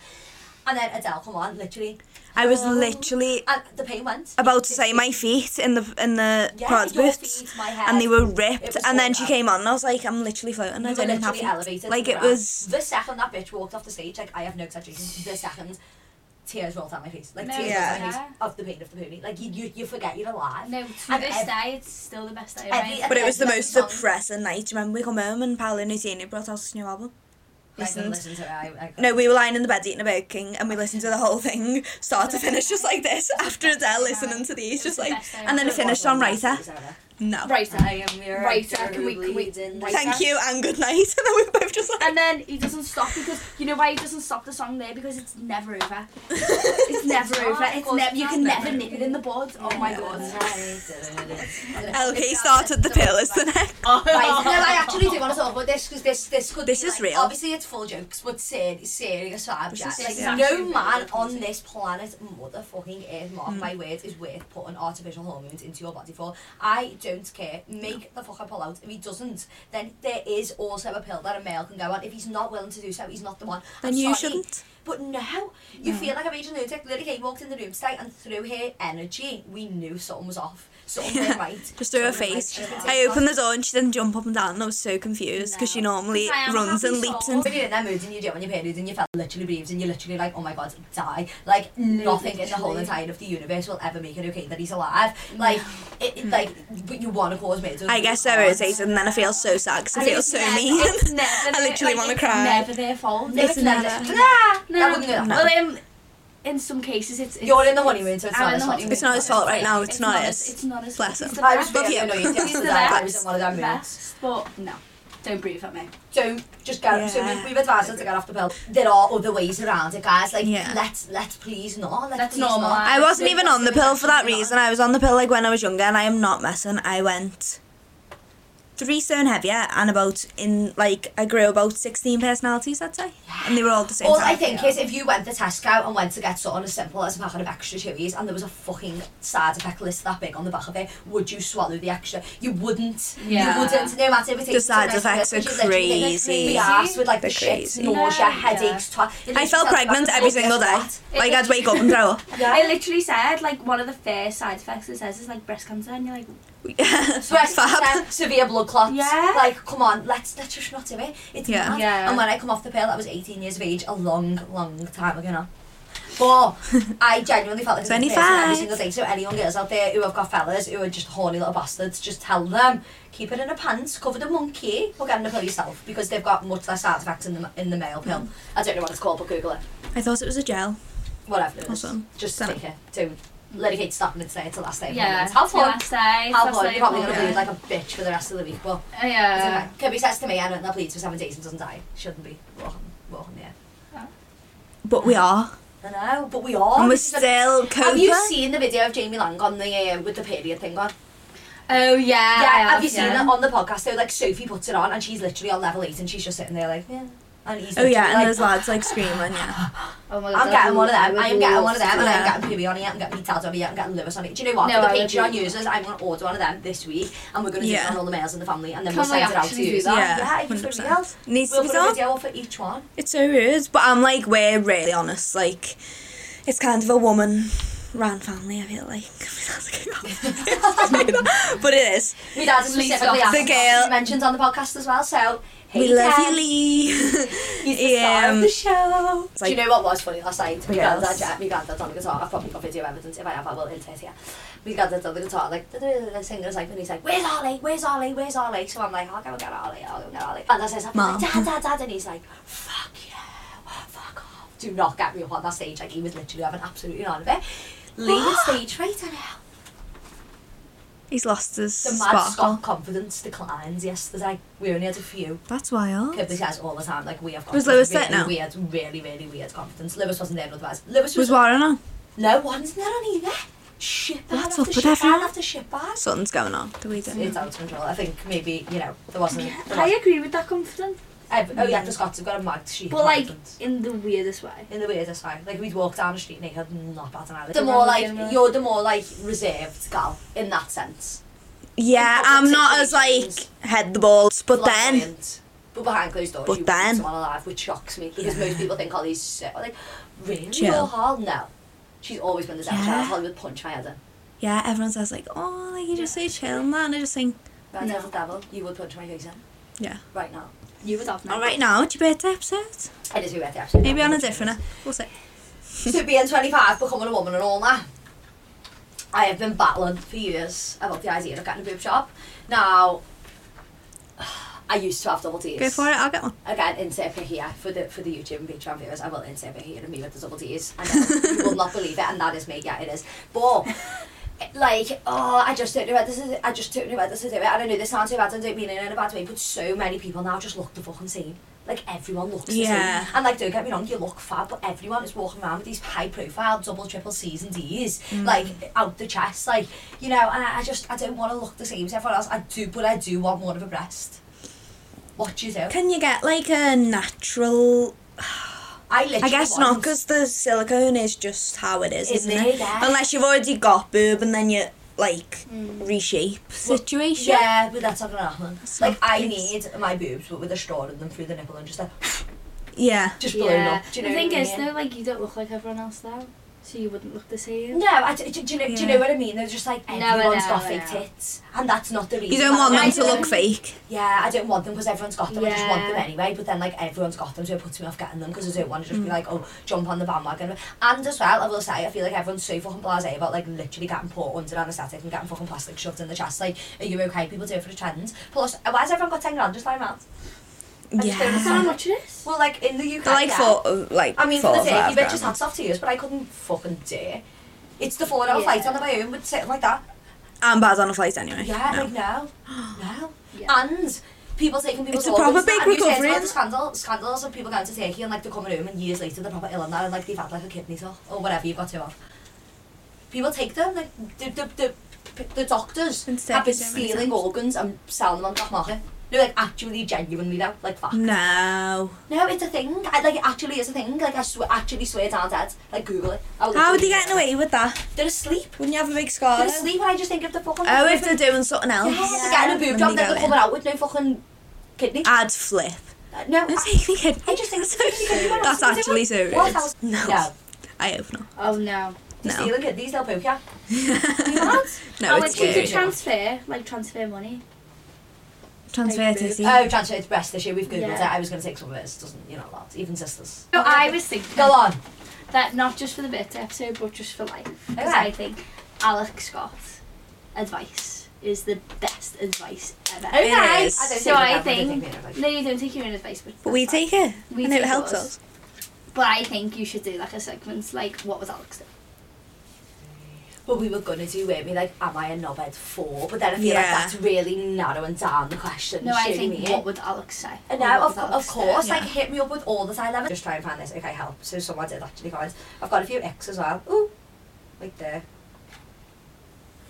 Speaker 1: And then Adele, come on, literally.
Speaker 2: I was
Speaker 1: Oh.
Speaker 2: literally
Speaker 1: And the pain went.
Speaker 2: about to say my feet in the in the
Speaker 1: Yeah,
Speaker 2: crowd
Speaker 1: your
Speaker 2: boots,
Speaker 1: feet, my head.
Speaker 2: and they were
Speaker 1: It
Speaker 2: ripped.
Speaker 1: was
Speaker 2: And
Speaker 1: so
Speaker 2: then she
Speaker 1: bad.
Speaker 2: came on, and I was like, I'm literally floating. I
Speaker 1: We were
Speaker 2: don't even have
Speaker 1: literally
Speaker 2: feet.
Speaker 1: elevated.
Speaker 2: Like
Speaker 1: to the
Speaker 2: it
Speaker 1: ground.
Speaker 2: was.
Speaker 1: The second that bitch walked off the stage, like I have no exaggeration. The second, tears rolled down my face. Like
Speaker 3: No,
Speaker 1: tears rolled down my
Speaker 3: yeah.
Speaker 1: face of the pain of the pony. Like you, you, you forget you're alive.
Speaker 3: No, to
Speaker 1: And
Speaker 3: this
Speaker 1: ev-
Speaker 3: day, it's still the best day of
Speaker 1: every-
Speaker 3: my
Speaker 2: But it was the
Speaker 1: Like,
Speaker 2: most
Speaker 1: song.
Speaker 2: depressing night. Do you remember we come home and Paolo Nutini brought out his new album?
Speaker 1: I couldn't
Speaker 2: Listened.
Speaker 1: listen to it. I, I
Speaker 2: No, we were lying in the bed eating a Burger King and we listened to the whole thing, (laughs) start to finish, just like this. After Adele listening to these, just like. And then it finished on Writer. No.
Speaker 3: Writer.
Speaker 1: I am your
Speaker 3: Writer, can we- can we-
Speaker 2: Thank you and good night. (laughs) And then we were both just like.
Speaker 3: And then he doesn't stop because you know why he doesn't stop the song there because it's never over. It's never
Speaker 1: not,
Speaker 3: over.
Speaker 1: of
Speaker 3: It's
Speaker 1: course
Speaker 3: never. You
Speaker 1: not.
Speaker 3: can
Speaker 1: Never.
Speaker 3: never nip it in the bud. Oh my god.
Speaker 2: (laughs) LK started the pill, is the next. (laughs)
Speaker 1: Right, no, I actually do want to talk about this because this this could
Speaker 2: This
Speaker 1: be,
Speaker 2: is
Speaker 1: like,
Speaker 2: real.
Speaker 1: Obviously, it's full jokes, but ser- serious
Speaker 2: This
Speaker 1: subject.
Speaker 2: is
Speaker 1: Like
Speaker 2: serious.
Speaker 1: no
Speaker 3: Actually,
Speaker 1: man
Speaker 3: really
Speaker 1: on
Speaker 3: confusing.
Speaker 1: this planet, motherfucking earth, mark
Speaker 2: Hmm.
Speaker 1: my words, is worth putting artificial hormones into your body for. I don't care. Make the fucker pull out. If he doesn't, then there is also a pill that a male can go on. If he's not willing to do so, he's not the one.
Speaker 2: Then
Speaker 1: I'm
Speaker 2: you
Speaker 1: sorry.
Speaker 2: shouldn't.
Speaker 1: But no, you feel like a major lunatic. Lyric A walked in the room tonight and through her energy, we knew something was off.
Speaker 2: (laughs)
Speaker 1: Something yeah. right.
Speaker 2: Just through her
Speaker 1: something
Speaker 2: face.
Speaker 1: right.
Speaker 2: I opened the door and she didn't jump up and down, and I was so confused because she
Speaker 3: No.
Speaker 2: normally
Speaker 3: I am
Speaker 2: runs and
Speaker 3: happy
Speaker 2: leaps
Speaker 3: soul.
Speaker 2: and.
Speaker 1: When you're in that mood and you do it when you're period and you felt literally bereaved and you're literally like, oh my god, die. Like nothing in the whole
Speaker 3: literally.
Speaker 1: entire of the universe will ever make it okay that he's alive. Like, it, it, like, but you want to cause me
Speaker 2: I guess so irritated, and then I feel so sad because I
Speaker 3: And
Speaker 2: feel
Speaker 3: it's
Speaker 2: so
Speaker 3: never-
Speaker 2: mean. (laughs)
Speaker 3: It's never
Speaker 2: I
Speaker 3: their-
Speaker 2: literally
Speaker 3: like,
Speaker 2: wanna
Speaker 3: it's
Speaker 2: cry.
Speaker 3: Never their fault.
Speaker 1: No, it's never.
Speaker 2: never.
Speaker 1: Nah,
Speaker 3: No.
Speaker 1: wouldn't do that.
Speaker 3: Well, um, in some cases, it's. it's
Speaker 1: You're in the honeymoon, so it's
Speaker 3: I'm
Speaker 1: not his fault.
Speaker 3: in the honeymoon.
Speaker 2: It's not his fault right now, it's not his.
Speaker 3: his. It's not his.
Speaker 2: Bless
Speaker 3: fault.
Speaker 2: him.
Speaker 3: He's the
Speaker 1: I was
Speaker 3: best.
Speaker 1: very annoyed
Speaker 3: He's the
Speaker 1: yesterday. I was in
Speaker 3: best.
Speaker 1: one of them moods.
Speaker 3: Best, but no, don't breathe at me.
Speaker 1: So just get so
Speaker 2: Yeah.
Speaker 1: we, we've advised her to get off the pill. There are other ways around it, guys. Like
Speaker 2: Yeah.
Speaker 1: let's let's please not. Let's
Speaker 3: That's
Speaker 1: please not.
Speaker 3: normal.
Speaker 2: I wasn't
Speaker 3: Maybe
Speaker 2: even
Speaker 3: that's
Speaker 2: on the
Speaker 3: something
Speaker 2: pill
Speaker 3: that
Speaker 2: for that
Speaker 3: should be on.
Speaker 2: reason. I was on the pill like when I was younger, and I am not messing. I went three stone heavier and about in like I grew about sixteen personalities, I'd say, and they were all the same.
Speaker 1: All
Speaker 2: size.
Speaker 1: I think is if you went to Tesco and went to get something as simple as a packet of extra chewies and there was a fucking side effect list that big on the back of it, would you swallow the extra? You wouldn't.
Speaker 3: Yeah.
Speaker 1: You wouldn't. No matter if it
Speaker 2: The
Speaker 1: takes
Speaker 2: side effects are crazy.
Speaker 1: Be arsed with like the
Speaker 2: They're
Speaker 1: shit,
Speaker 2: crazy.
Speaker 1: nausea,
Speaker 3: Yeah.
Speaker 1: headaches, twat. It
Speaker 2: I
Speaker 1: literally
Speaker 2: felt
Speaker 1: sounds like
Speaker 2: pregnant
Speaker 1: a
Speaker 2: every
Speaker 1: fucking
Speaker 2: single day.
Speaker 1: twat.
Speaker 2: Like I'd wake up and
Speaker 1: (laughs)
Speaker 2: throw up. (laughs)
Speaker 1: Yeah.
Speaker 3: It literally said like one of the first side effects it says is like breast cancer, and you're like,
Speaker 1: breast
Speaker 2: Fab.
Speaker 1: cancer, severe blood clots.
Speaker 3: Yeah.
Speaker 1: Like, come on, let's let's just not do it. It's
Speaker 2: Yeah.
Speaker 1: mad.
Speaker 3: Yeah.
Speaker 1: And when I come off the pill, I was 18 years of age, a long, long time ago now.
Speaker 2: (laughs)
Speaker 1: But I genuinely felt like a different person every
Speaker 2: 25.
Speaker 1: single day. So any young girls out there who have got fellas who are just horny little bastards, just tell them keep it in a pants, cover the monkey, or get in the pill yourself because they've got much less side effects in the in the male
Speaker 2: Mm.
Speaker 1: pill. I don't know what it's called, but Google it.
Speaker 2: I thought it was a gel.
Speaker 1: Whatever. It is.
Speaker 2: Awesome.
Speaker 1: Just
Speaker 2: Done.
Speaker 1: take it. Don't let it get stuck and it's there till last day. of hormones.
Speaker 3: how
Speaker 1: Have fun.
Speaker 3: Last day,
Speaker 1: How
Speaker 3: last
Speaker 1: fun.
Speaker 3: day,
Speaker 1: You're probably gonna
Speaker 2: Yeah.
Speaker 1: bleed like a bitch for the rest of the week, but
Speaker 3: Uh, yeah.
Speaker 1: Okay. Kirby says to me, I don't know, bleeds for seven days and doesn't die. Shouldn't be walking, walking the air.
Speaker 2: But we are.
Speaker 1: I know, but we are.
Speaker 2: And we're
Speaker 1: This is a-
Speaker 2: still coping.
Speaker 1: Oh, Have you seen the video of Jamie Lang on the um, with the period thing on?
Speaker 3: Oh yeah. I
Speaker 1: have you seen
Speaker 3: yeah.
Speaker 1: it on the podcast? Though, like Sophie puts it on and she's literally on level eight and she's just sitting there like, yeah. And he's
Speaker 2: Oh yeah,
Speaker 1: literally
Speaker 2: and
Speaker 1: like,
Speaker 2: there's lads like screaming. Yeah.
Speaker 3: Oh my
Speaker 1: I'm getting one of them. I am getting one of them, and I'm
Speaker 2: Yeah.
Speaker 1: getting Phoebe on it. I'm getting Pete on it. I'm getting Lewis on it. Do you know what?
Speaker 3: No,
Speaker 1: For
Speaker 3: I
Speaker 1: the
Speaker 3: would
Speaker 1: Patreon
Speaker 3: do.
Speaker 1: users, I'm going to order one of them this week, and we're going to do
Speaker 2: Yeah.
Speaker 1: it on all the males in the family, and then
Speaker 3: Can
Speaker 1: we'll
Speaker 3: we
Speaker 1: send it out to
Speaker 3: actually do
Speaker 1: you.
Speaker 3: that?
Speaker 1: Yeah, if it's
Speaker 2: 100%.
Speaker 1: somebody else.
Speaker 2: Needs
Speaker 1: We'll
Speaker 2: to be
Speaker 1: put a
Speaker 2: done.
Speaker 1: video up for each one.
Speaker 2: It's so rude, but I'm like, we're really honest. Like, it's kind of a woman ran family, I feel like. (laughs) but it is.
Speaker 1: My dad has
Speaker 3: Lisa.
Speaker 1: specifically asked
Speaker 2: The
Speaker 1: us
Speaker 2: girl-
Speaker 1: to be mentioned on the podcast as well, so hey
Speaker 2: we love
Speaker 1: Ted,
Speaker 2: you, Lee.
Speaker 1: (laughs) He's the star of
Speaker 2: Um,
Speaker 1: the show.
Speaker 2: It's
Speaker 1: Do you
Speaker 2: like-
Speaker 1: know what was funny last night? My
Speaker 2: Yes.
Speaker 1: granddad, yeah, my granddad's on the guitar. I've probably got video evidence. If I have, I will insert here. My granddad's on the guitar, like the, the, the singer's like, and he's like, "Where's Ollie? Where's Ollie? Where's Ollie?" So I'm like, "I'll go and get Ollie. I'll go and get Ollie." And I says, "I'm like,
Speaker 2: Mom.
Speaker 1: Dad, Dad, Dad," and he's like, "Fuck you, fuck off. Do not get me up on that stage." Like he was literally having absolutely none of it. Leaving
Speaker 2: (gasps)
Speaker 1: stage fright, I know.
Speaker 2: He's lost his
Speaker 1: The mad
Speaker 2: sparkle.
Speaker 1: Scott confidence declines yesterday. We only had a few.
Speaker 2: That's wild.
Speaker 1: Kirby says all the time, like we have got
Speaker 2: Was
Speaker 1: some
Speaker 2: Lewis
Speaker 1: really
Speaker 2: there now?
Speaker 1: weird, really, really weird confidence. Lewis wasn't there otherwise. Lewis was,
Speaker 2: Was Warren on?
Speaker 1: no one's there on either. Shit bad
Speaker 2: What's
Speaker 1: after
Speaker 2: up with
Speaker 1: shit bad
Speaker 2: everyone?
Speaker 1: after shit bad.
Speaker 2: Something's going on. The way that-
Speaker 1: It's out of control. I think maybe, you know, there wasn't there
Speaker 3: I
Speaker 1: was-
Speaker 3: agree with that confidence,
Speaker 1: ev- oh yeah, the Scots have got a mad sheep.
Speaker 3: but like in the weirdest way.
Speaker 1: in the weirdest way. Like we'd walk down the street naked and not bat an eyelid. The
Speaker 3: The
Speaker 1: more
Speaker 3: more
Speaker 1: like
Speaker 3: general-
Speaker 1: you're the more like reserved gal in that sense.
Speaker 2: Yeah, I'm not as like head the balls, but then
Speaker 1: Flamboyant. But behind closed doors,
Speaker 2: But
Speaker 1: you
Speaker 2: then-
Speaker 1: someone alive, which shocks me because most people think "Oh, Holly's sick. Like, really?
Speaker 2: Chill.
Speaker 1: Jill Hall? No. She's always been the devil
Speaker 2: Yeah.
Speaker 1: child. Hollywood punch my head in.
Speaker 2: yeah, everyone says like, oh, like you just so chill, man. I just think,
Speaker 1: If I
Speaker 3: No.
Speaker 1: was the devil, you would punch my face in.
Speaker 2: yeah.
Speaker 1: Right now.
Speaker 3: You would have
Speaker 2: All right now, it's your birthday episode.
Speaker 1: It is me birthday, actually.
Speaker 2: Maybe on a different. uh, We'll see.
Speaker 1: So being 25, becoming a woman and all that. I have been battling for years about the idea of getting a boob job. Now, (sighs) I used to have double T's.
Speaker 2: Go for it. I'll get one.
Speaker 1: Again, insert pic here for the for the YouTube and Patreon viewers. I will insert pic here and me with the double T's. And then you will not believe it, and that is me. Yeah, it is. But it- like, oh, I just don't know whether to. I just don't know whether to do it. And I don't know this sounds so bad. I don't mean it in a bad way, but so many people now just look the fucking same. Like everyone looks the
Speaker 2: Yeah.
Speaker 1: same. And like, don't get me wrong, you look fab, but everyone is walking around with these high profile double, triple C's and D's, like out the chest, like you know. And I, I just I don't want to look the same as everyone else. I do, but I do want more of a breast. What do you do?
Speaker 2: Can you get like a natural?
Speaker 1: I literally.
Speaker 2: I guess not,
Speaker 1: want-
Speaker 2: because the silicone is just how it is,
Speaker 1: Isn't
Speaker 2: isn't
Speaker 1: it?
Speaker 2: it?
Speaker 1: Yeah.
Speaker 2: Unless you've already got boob and then you like reshape situation.
Speaker 1: Mm. Yeah, but that's not gonna happen.
Speaker 2: That's
Speaker 1: Like
Speaker 2: not
Speaker 1: I
Speaker 2: nice.
Speaker 1: need my boobs, but with a straw in them through the nipple and just like
Speaker 2: Yeah.
Speaker 1: (laughs) just blown
Speaker 3: Yeah.
Speaker 1: up. Do you know
Speaker 3: the thing
Speaker 1: what I
Speaker 3: is
Speaker 1: mean?
Speaker 3: though, like you don't look like everyone else though. So you wouldn't look the same.
Speaker 1: No, I, do, do, do, you know, do you
Speaker 2: Yeah.
Speaker 1: know what I mean? They're just like,
Speaker 3: No, I
Speaker 1: everyone's
Speaker 3: know,
Speaker 1: got
Speaker 3: I
Speaker 1: fake
Speaker 3: know.
Speaker 1: tits. And that's not the reason.
Speaker 2: You don't want
Speaker 1: Like,
Speaker 2: them
Speaker 1: I
Speaker 2: to look fake.
Speaker 1: Yeah, I don't want them because everyone's got them. I just want them
Speaker 3: Yeah.
Speaker 1: anyway. But then, like, everyone's got them, so it puts me off getting them because I don't want to just
Speaker 2: Mm.
Speaker 1: be like, oh, jump on the bandwagon. And as well, I will say, I feel like everyone's so fucking blasé about, like, literally getting put under anaesthetic and getting fucking plastic shoved in the chest. Like, are you okay? People do it for a trend. Plus, why has everyone got 10 grand just lying around? I just don't
Speaker 2: Yeah.
Speaker 3: How much it is?
Speaker 1: Well, like, in the UK.
Speaker 2: They're like
Speaker 1: yeah.
Speaker 2: four, like
Speaker 1: I mean,
Speaker 2: four
Speaker 1: for
Speaker 2: or
Speaker 1: the day,
Speaker 2: five
Speaker 1: you bet just
Speaker 2: grand.
Speaker 1: had soft tears, but I couldn't fucking dare. It's the four hour
Speaker 3: Yeah.
Speaker 1: flight on my own with sitting like
Speaker 2: (gasps)
Speaker 1: that.
Speaker 2: I'm bad on a flight anyway.
Speaker 1: Yeah,
Speaker 2: No.
Speaker 1: like no, no.
Speaker 3: Yeah.
Speaker 1: And people taking people's
Speaker 2: It's a proper
Speaker 1: organs
Speaker 2: big
Speaker 1: and you say it's
Speaker 2: recovery,
Speaker 1: about the
Speaker 2: isn't
Speaker 1: scandal, scandals of people going to Turkey and like they come home and years later they're proper ill and that and like they've had like a kidney or, or whatever you've got to have. People take them like the the the, the doctors
Speaker 2: It's
Speaker 1: have been
Speaker 2: Turkey, don't make
Speaker 1: stealing
Speaker 2: sense.
Speaker 1: organs and selling them on black market. They're like actually genuinely though, like fuck.
Speaker 2: No.
Speaker 1: No, it's a thing. I, like it actually is a thing. Like I swear, actually swear down dead. Like Google it. I will
Speaker 2: How are
Speaker 1: literally-
Speaker 2: they getting away with that?
Speaker 1: They're asleep.
Speaker 2: Wouldn't you have a big scar?
Speaker 1: They're
Speaker 2: then?
Speaker 1: asleep, and I just think of the fucking.
Speaker 2: Oh, if they're doing something else.
Speaker 1: Yeah, they're getting a boob job,
Speaker 2: When they
Speaker 1: then they're
Speaker 2: go
Speaker 1: coming
Speaker 2: in.
Speaker 1: out with no fucking kidney. (laughs)
Speaker 2: I'd flip.
Speaker 1: Uh, no,
Speaker 2: (laughs) Don't
Speaker 1: I,
Speaker 2: take me kidney.
Speaker 1: I just think
Speaker 2: That's
Speaker 1: that's
Speaker 2: actually serious.
Speaker 1: What else?
Speaker 2: No.
Speaker 1: No,
Speaker 2: I hope not.
Speaker 3: Oh no.
Speaker 1: you
Speaker 2: No.
Speaker 1: steal a kidney, they'll poke you.
Speaker 2: no,
Speaker 3: oh,
Speaker 2: it's
Speaker 3: like, you
Speaker 2: scary.
Speaker 3: could transfer, like transfer money.
Speaker 2: Transfer
Speaker 3: Like
Speaker 2: to
Speaker 3: boob.
Speaker 2: see.
Speaker 1: Oh, transfer it's breast issue. We've googled
Speaker 3: Yeah.
Speaker 1: it. I was going to take some of it. It doesn't, you know, lot. Even sisters.
Speaker 3: No, I was thinking
Speaker 1: Go on.
Speaker 3: that not just for the bit episode, but just for life. Because
Speaker 1: Okay.
Speaker 3: I think Alex Scott advice is the best advice ever.
Speaker 1: Okay. I don't
Speaker 2: is.
Speaker 1: think
Speaker 3: So
Speaker 1: we
Speaker 3: I
Speaker 1: have- don't
Speaker 3: think-
Speaker 1: we have it.
Speaker 3: No, you don't take your own advice, but
Speaker 2: But we
Speaker 3: that's fine.
Speaker 2: take it.
Speaker 3: We
Speaker 2: and it
Speaker 3: take
Speaker 2: helps
Speaker 3: ours.
Speaker 2: us.
Speaker 3: But I think you should do like a segment like what was Alex doing?
Speaker 1: But we were going to do, weren't we? Like, am I a knobhead for? But then I feel like
Speaker 2: Yeah.
Speaker 1: that's really narrowing down the question.
Speaker 3: No, I
Speaker 1: surely,
Speaker 3: think
Speaker 1: mate.
Speaker 3: what would Alex say?
Speaker 1: And
Speaker 3: Or
Speaker 1: now,
Speaker 3: what
Speaker 1: Uh, of,
Speaker 3: would
Speaker 1: of
Speaker 3: Alex do?
Speaker 1: course, like
Speaker 2: yeah.
Speaker 1: hit me up with all the time. Let me just try and find this. Okay, help. So someone did actually comment. I've got a few X as well. Ooh, like there.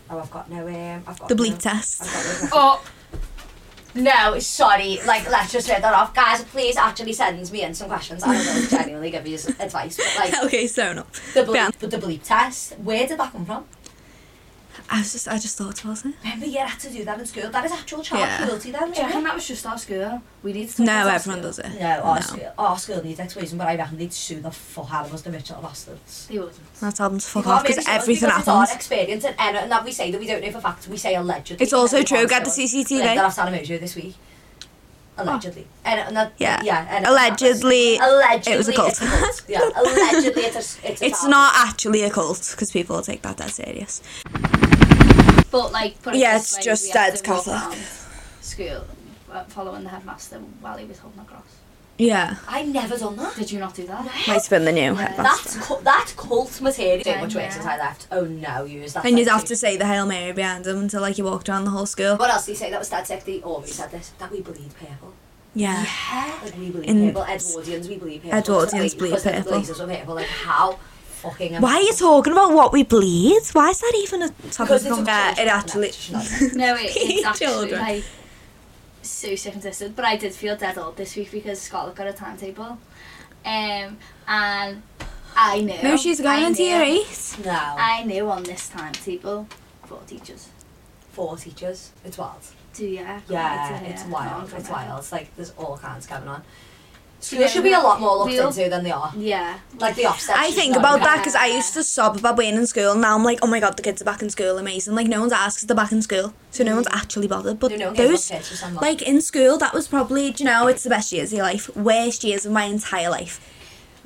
Speaker 1: Oh, I've got no. Um, I've got
Speaker 2: The
Speaker 1: no-
Speaker 2: bleep
Speaker 1: I've
Speaker 2: test.
Speaker 1: got no reference.
Speaker 3: Oh,
Speaker 1: No, sorry. Like, let's just read that off, guys. Please actually send me in some questions. I will genuinely give you some advice. But
Speaker 2: (laughs)
Speaker 1: like
Speaker 2: okay, so no.
Speaker 1: the
Speaker 2: Yeah.
Speaker 1: bleep, but the bleep test. Where did that come from?
Speaker 2: I was just I just thought about it.
Speaker 1: Remember, you had to do that in school. That is actual child
Speaker 2: Yeah.
Speaker 1: cruelty, then.
Speaker 3: do you
Speaker 1: isn't it?
Speaker 3: reckon that was just our school? We need to. talk
Speaker 2: No,
Speaker 3: about our
Speaker 2: everyone
Speaker 3: school.
Speaker 2: does it.
Speaker 1: No, our, School, our school needs explosion, but I reckon they'd sue the fuck out of us, the rich little bastards.
Speaker 3: They wouldn't.
Speaker 2: I'll tell them to fuck
Speaker 1: You can't
Speaker 2: off because
Speaker 1: really say-
Speaker 2: everything
Speaker 1: because It's our
Speaker 2: happens.
Speaker 1: experience and error, and that we say that we don't know for fact. We say allegedly.
Speaker 2: It's also
Speaker 1: We
Speaker 2: true.
Speaker 1: can't
Speaker 2: Get the
Speaker 1: say-
Speaker 2: CCTV.
Speaker 1: Like, that I've seen a mojo this week. Allegedly. And, and that,
Speaker 2: Oh. Yeah.
Speaker 1: yeah and
Speaker 2: Allegedly,
Speaker 1: Allegedly.
Speaker 2: it was a cult.
Speaker 1: it's
Speaker 2: (laughs)
Speaker 1: yeah. Allegedly, it's a. It's, a
Speaker 2: It's
Speaker 1: foul.
Speaker 2: not actually a cult because people take that dead serious.
Speaker 3: But like, put it
Speaker 2: Yeah,
Speaker 3: this
Speaker 2: it's
Speaker 3: way,
Speaker 2: just
Speaker 3: we had
Speaker 2: dad's
Speaker 3: to walk
Speaker 2: Catholic.
Speaker 3: around School, uh, following the headmaster while he was holding a cross.
Speaker 2: Yeah,
Speaker 1: I've never done that.
Speaker 3: Did you not do that?
Speaker 2: might have been the new
Speaker 3: Yeah.
Speaker 2: headmaster.
Speaker 1: That's cu- that cult material.
Speaker 3: Yeah,
Speaker 1: So much worse
Speaker 3: yeah.
Speaker 1: since I left. Oh no, you was that.
Speaker 2: And you'd
Speaker 1: sexy.
Speaker 2: have to say the Hail Mary behind him until like you walked around the whole school.
Speaker 1: What else do you say that was that sexy? Oh, we said this. That we bleed purple.
Speaker 2: Yeah.
Speaker 1: Like we bleed
Speaker 2: In-
Speaker 1: purple. Edwardians, we bleed purple.
Speaker 2: Edwardians
Speaker 1: Like,
Speaker 2: bleed
Speaker 1: because the
Speaker 2: purple.
Speaker 1: Blazers were purple. Like how fucking.
Speaker 2: Why are you
Speaker 1: amazing.
Speaker 2: talking about what we bleed? Why is that even a topic?
Speaker 1: Because
Speaker 2: of
Speaker 1: it's
Speaker 2: Yeah,
Speaker 1: a-
Speaker 2: it actually.
Speaker 1: No, it's
Speaker 3: No, it, it's actually
Speaker 2: Children.
Speaker 3: like so sick and twisted. But I did feel dead old this week because Scotland got a timetable, um, and I knew.
Speaker 2: (laughs) No, she's going
Speaker 3: I
Speaker 2: into
Speaker 3: knew,
Speaker 2: year eight.
Speaker 1: No.
Speaker 3: I knew on this timetable, four teachers.
Speaker 1: Four teachers. It's wild.
Speaker 3: Do yeah.
Speaker 1: Yeah, it's
Speaker 3: Oh,
Speaker 1: wild. It's wild. It's like there's all kinds going on.
Speaker 3: So
Speaker 1: Schools should be a lot more looked
Speaker 3: we'll-
Speaker 1: into than they are.
Speaker 3: Yeah.
Speaker 1: Like the offset.
Speaker 2: I think about that because I used to sob about being in school. and Now I'm like, oh my god, the kids are back in school, amazing. Like no one's asked if they're back in school, so no one's actually bothered. But
Speaker 1: Mm. No, no,
Speaker 2: those,
Speaker 1: those like
Speaker 2: like in school, that was probably, do you know, it's the best years of your life, worst years of my entire life.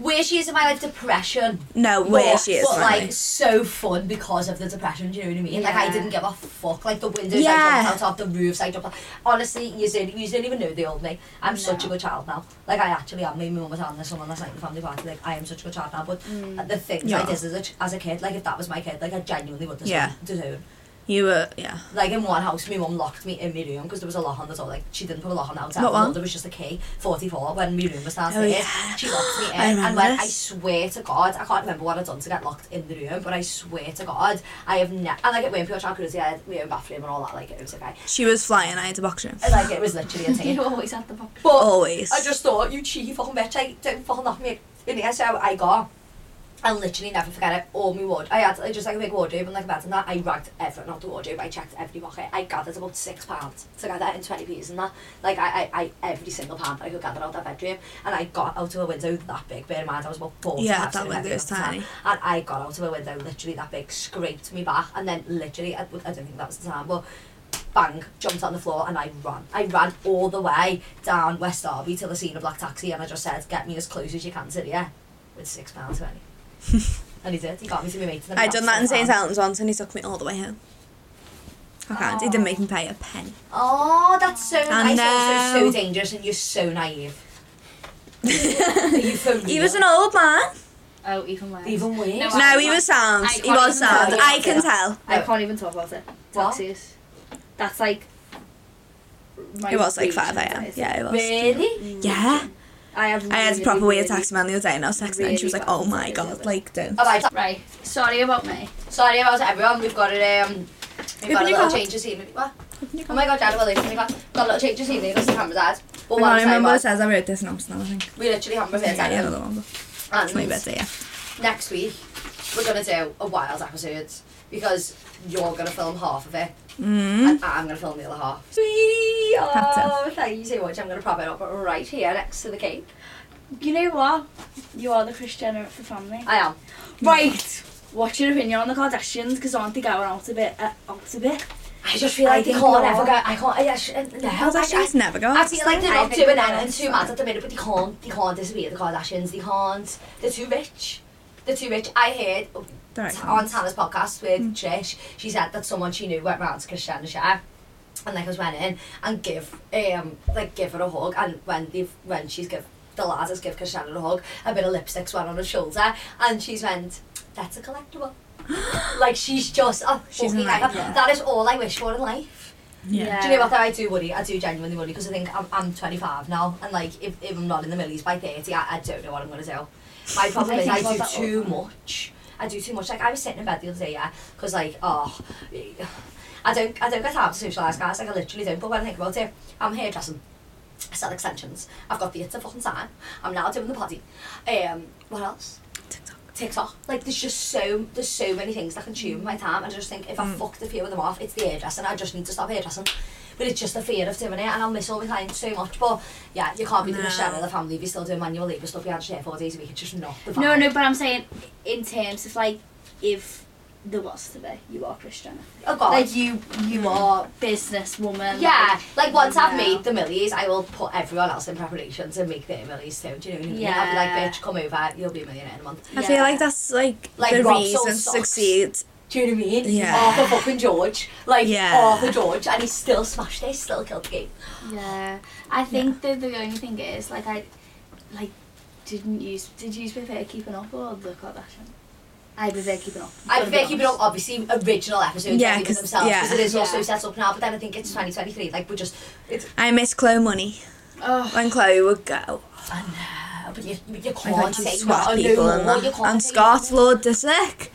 Speaker 1: where she is in my like depression.
Speaker 2: No, worst years.
Speaker 1: But
Speaker 2: of my
Speaker 1: like
Speaker 2: life.
Speaker 1: so fun because of the depression. Do you know what I mean? Like I
Speaker 3: Yeah.
Speaker 1: didn't give a fuck. Like the windows I
Speaker 2: Yeah.
Speaker 1: jumped out of, the roofs I jumped out. Honestly, you didn't, you didn't even know the old me. I'm such a
Speaker 3: No.
Speaker 1: good child now. Like I actually am. Me and my mum was telling this someone last night at the family party. Like I am such a good child now. But the things I
Speaker 2: Mm. Yeah.
Speaker 1: did as a, ch- as a kid, like if that was my kid, like I genuinely would
Speaker 2: Yeah.
Speaker 1: have disown.
Speaker 2: you were, yeah.
Speaker 1: Like in one house, my mum locked me in my room because there was a lock on the door. Like she didn't put a lock on the outside.
Speaker 2: What
Speaker 1: the door,
Speaker 2: one? Oh,
Speaker 1: There was just a key. Forty-four when my room was downstairs.
Speaker 2: yeah.
Speaker 1: She locked me in,
Speaker 2: (gasps) I
Speaker 1: and
Speaker 2: remember
Speaker 1: when I
Speaker 2: this.
Speaker 1: swear to God, I can't remember what I'd done to get locked in the room, but I swear to God, I have never. And like it weren't pure child cruelty. I had my own bathroom and all that. Like it was okay.
Speaker 2: She was flying. I had a box room.
Speaker 1: And, Like it was literally
Speaker 2: (laughs)
Speaker 1: a thing.
Speaker 3: You always had the pop.
Speaker 1: Uh, But
Speaker 2: Always.
Speaker 1: I just thought you cheeky fucking bitch. I don't fucking knock me in the air. So I got I literally never forget it. All my wardrobe. I had like, just like a big wardrobe and like a bed and that. I ragged everything out the wardrobe. I checked every pocket. I gathered about six pounds together in 20 pieces and that. Like I, I, I every single pound that I could gather out that bedroom. And I got out of a window that big. Bear in mind I was about four.
Speaker 2: Yeah, that window is tiny.
Speaker 1: And I got out of a window literally that big, scraped me back and then literally, I, I don't think that was the time, but bang, jumped on the floor and I ran. I ran all the way down West Derby till I seen a black taxi and I just said, get me as close as you can to here with six pounds twenty.
Speaker 2: (laughs)
Speaker 1: and he did. He got me to my mates. and then
Speaker 2: I
Speaker 1: got
Speaker 2: done that in
Speaker 1: six
Speaker 2: St.
Speaker 1: pounds.
Speaker 2: Helens once and he took me all the way home. I can't. He didn't make me pay a
Speaker 1: (laughs)
Speaker 2: penny.
Speaker 1: Oh, that's so nice. That's so,
Speaker 2: know.
Speaker 1: so dangerous and you're so naive.
Speaker 2: (laughs)
Speaker 1: you phoned
Speaker 2: He
Speaker 1: me
Speaker 2: was
Speaker 1: up.
Speaker 2: an old man.
Speaker 3: Oh, even worse.
Speaker 1: even worse.
Speaker 3: No,
Speaker 2: No, he was sound.
Speaker 3: I
Speaker 2: He
Speaker 3: can't
Speaker 2: was
Speaker 3: even tell
Speaker 2: sound.
Speaker 1: you
Speaker 2: I
Speaker 1: what
Speaker 2: can
Speaker 1: it-
Speaker 2: tell.
Speaker 3: I can't even talk about it.
Speaker 1: What?
Speaker 3: Taxis. That's like. my
Speaker 2: It was like
Speaker 3: rage
Speaker 2: 5
Speaker 3: sometimes.
Speaker 2: a.m. Yeah, it was.
Speaker 1: really?
Speaker 2: Yeah.
Speaker 3: I had,
Speaker 2: I had
Speaker 3: really,
Speaker 2: to proper weird
Speaker 3: really-
Speaker 2: taxi man the other day and I was texting her and she was like, oh my god, like, don't.
Speaker 1: All right.
Speaker 3: Right. Sorry about me.
Speaker 1: Sorry about everyone. We've got a um, we've got
Speaker 2: Open
Speaker 1: a
Speaker 2: your
Speaker 1: little
Speaker 2: card.
Speaker 1: change of scenery. What? Oh my god, Dad, well, open your card. We've got a little change of scenery because the camera's out. But
Speaker 2: I
Speaker 1: what I'm saying
Speaker 2: remember it
Speaker 1: was,
Speaker 2: says I wrote this in Amsterdam, I think.
Speaker 1: we literally haven't prepared
Speaker 2: Yeah,
Speaker 1: anything.
Speaker 2: another one, but it's my
Speaker 1: And
Speaker 2: birthday, yeah.
Speaker 1: next week we're gonna do a wild episode because you're gonna film half of it
Speaker 2: Mm.
Speaker 1: and I'm gonna film the other half. Sweetie,
Speaker 2: That's it.
Speaker 1: oh, thank you so much. I'm gonna prop it up right here next to the cake.
Speaker 3: You know what? You are the Chris Jenner for family.
Speaker 1: I am.
Speaker 3: Right. What's your opinion on the Kardashians? Because aren't they going out a bit? Uh, out a bit?
Speaker 1: I just feel
Speaker 2: I
Speaker 1: like they
Speaker 2: think
Speaker 1: can't
Speaker 2: you
Speaker 1: ever
Speaker 2: are.
Speaker 1: go. I can't. I, I, sh- no, I,
Speaker 2: Kardashians
Speaker 1: I,
Speaker 2: never go
Speaker 1: I
Speaker 2: out.
Speaker 1: feel like they're
Speaker 3: I
Speaker 1: not
Speaker 3: think
Speaker 1: doing
Speaker 3: they're
Speaker 1: anything too
Speaker 3: outside.
Speaker 1: mad at the minute, but they can't. They can't disappear. The Kardashians. They can't. They're too rich. They're too rich. I heard
Speaker 2: They're
Speaker 1: t- on
Speaker 2: icons.
Speaker 1: Tana's podcast with Trish, she said that someone she knew went round to Christiana Shire and like was went in and give um like give her a hug and when they when she's give the lads has give Christiana a hug, a bit of lipstick's went on her shoulder and she's went, That's a collectible. like she's just oh
Speaker 2: She's
Speaker 1: she's
Speaker 2: in line, yeah.
Speaker 1: that is all I wish for in life.
Speaker 2: Yeah.
Speaker 1: Do you know what though? I do worry. I do genuinely worry because I think I'm, I'm 25 now, and like if, if I'm not in the millies by 30, I, I don't know what I'm gonna do. My problem
Speaker 3: I
Speaker 1: is
Speaker 3: think
Speaker 1: I
Speaker 3: about
Speaker 1: do
Speaker 3: that all
Speaker 1: too
Speaker 3: the time.
Speaker 1: much. I do too much. Like I was sitting in bed the other day, yeah, because like oh, I don't I don't get time to socialise, guys. Like I literally don't. But when I think about it, I'm hairdressing. I sell extensions. I've got theatre fucking time. I'm now doing the potty. Um, what else?
Speaker 2: TikTok.
Speaker 1: TikTok. Like there's just so there's so many things that consume my time. and I just think if I
Speaker 3: Mm.
Speaker 1: fucked a few of them off, it's the hairdressing. I just need to stop hairdressing. But it's just the fear of doing it, and I'll miss all my clients so much. But yeah, you can't be the
Speaker 2: No.
Speaker 1: Michelle of the family if you're still doing manual labour stuff. You had shit four days a week. It's just not the
Speaker 3: No,
Speaker 1: vibe.
Speaker 3: no, but I'm saying in terms of like if there was to be, you are Chris Jenner.
Speaker 1: Oh god.
Speaker 3: Like you, you are businesswoman.
Speaker 1: yeah, like once I've
Speaker 3: no.
Speaker 1: made the millies, I will put everyone else in preparation to make their millies too. Do you know what I mean? I'll be
Speaker 3: Yeah.
Speaker 1: like, bitch, come over, you'll be a millionaire in a month.
Speaker 2: I feel
Speaker 3: Yeah.
Speaker 2: like that's like,
Speaker 1: Like
Speaker 2: the
Speaker 1: Rob sold
Speaker 2: reason to
Speaker 1: socks.
Speaker 2: succeed.
Speaker 1: Do you know what I mean?
Speaker 2: Yeah.
Speaker 1: Arthur fucking George. Like
Speaker 2: Yeah.
Speaker 1: Arthur George. And he still smashed it, he still killed the game.
Speaker 3: Yeah, I think that the only thing is like I, like, didn't use did you prefer keeping up or the Kardashian? I prefer keeping up.
Speaker 1: I
Speaker 3: gotta be
Speaker 1: think keeping up
Speaker 3: honest.
Speaker 1: obviously original episodes
Speaker 2: Yeah,
Speaker 1: yeah, because
Speaker 2: 'cause-
Speaker 1: themselves
Speaker 2: yeah.
Speaker 1: because it is also
Speaker 3: Yeah.
Speaker 1: set up now. But then I think it's 2023. Like we just it's
Speaker 2: I miss Chloe Money.
Speaker 3: Oh,
Speaker 2: When Chloe would go,
Speaker 1: uh, but you, you
Speaker 2: I'd
Speaker 1: can't
Speaker 2: like to
Speaker 1: take
Speaker 2: swat
Speaker 1: that.
Speaker 2: people
Speaker 1: no,
Speaker 2: and
Speaker 1: more, you
Speaker 2: that.
Speaker 1: can't
Speaker 2: And
Speaker 1: take
Speaker 2: Scott,
Speaker 1: that.
Speaker 2: Lord Disick.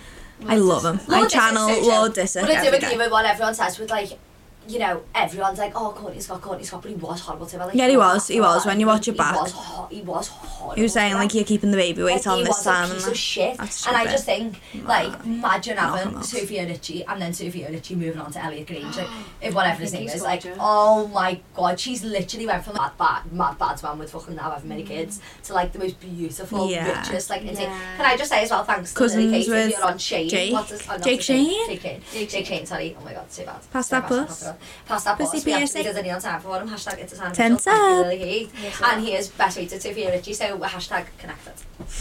Speaker 2: I love him. I
Speaker 1: Lord Disick's
Speaker 2: channel
Speaker 1: so chill.
Speaker 2: Lord Disick
Speaker 1: But I do
Speaker 2: every
Speaker 1: agree
Speaker 2: day.
Speaker 1: with what everyone says with like. You know, everyone's like, "Oh, Courtney Scott, Courtney Scott," but he was horrible to her. Like,
Speaker 2: Yeah, he was, he was.
Speaker 1: horrible.
Speaker 2: When you watch it
Speaker 1: he
Speaker 2: back.
Speaker 1: was, ho- he was horrible.
Speaker 2: He was saying
Speaker 1: to her.
Speaker 2: like you're keeping the baby weight
Speaker 1: Like,
Speaker 2: on
Speaker 1: he
Speaker 2: this
Speaker 1: was a
Speaker 2: time and
Speaker 1: piece
Speaker 2: that.
Speaker 1: of shit.
Speaker 2: That's
Speaker 1: and I
Speaker 2: stupid.
Speaker 1: just think, like, imagine
Speaker 2: Knock him
Speaker 1: having
Speaker 2: out.
Speaker 1: Sophia Ritchie and then Sophia Ritchie moving on to Elliot Grange,
Speaker 2: (gasps)
Speaker 1: like, if whatever his
Speaker 3: I think
Speaker 1: name
Speaker 3: he's
Speaker 1: is, like,
Speaker 3: gorgeous.
Speaker 1: oh my god, she's literally went from that bad, mad bad man with fucking however many kids to like the most beautiful,
Speaker 2: Mm. Yeah.
Speaker 1: richest, like. insane-
Speaker 3: Yeah.
Speaker 1: Can I just say as well, thanks to
Speaker 2: Cousins
Speaker 1: Lily Kate, if
Speaker 2: with
Speaker 1: you're on Shane.
Speaker 2: Jake.
Speaker 1: What's his, oh, not
Speaker 2: Jake
Speaker 1: his name,
Speaker 2: Shane?
Speaker 1: Jake Shane.
Speaker 3: Jake
Speaker 1: Jake Shane. Sorry. Oh my god, too bad.
Speaker 2: Pass
Speaker 1: Sorry,
Speaker 2: that
Speaker 1: pass
Speaker 2: plus.
Speaker 1: Pass that
Speaker 2: Pussy
Speaker 1: plus. We actually
Speaker 2: PSA.
Speaker 1: did an email time for one. Hashtag it's a time.
Speaker 2: Ten
Speaker 1: Thank you, Lily Kate.
Speaker 3: Yes,
Speaker 1: And here's best way to Sophia Ritchie. So hashtag connected.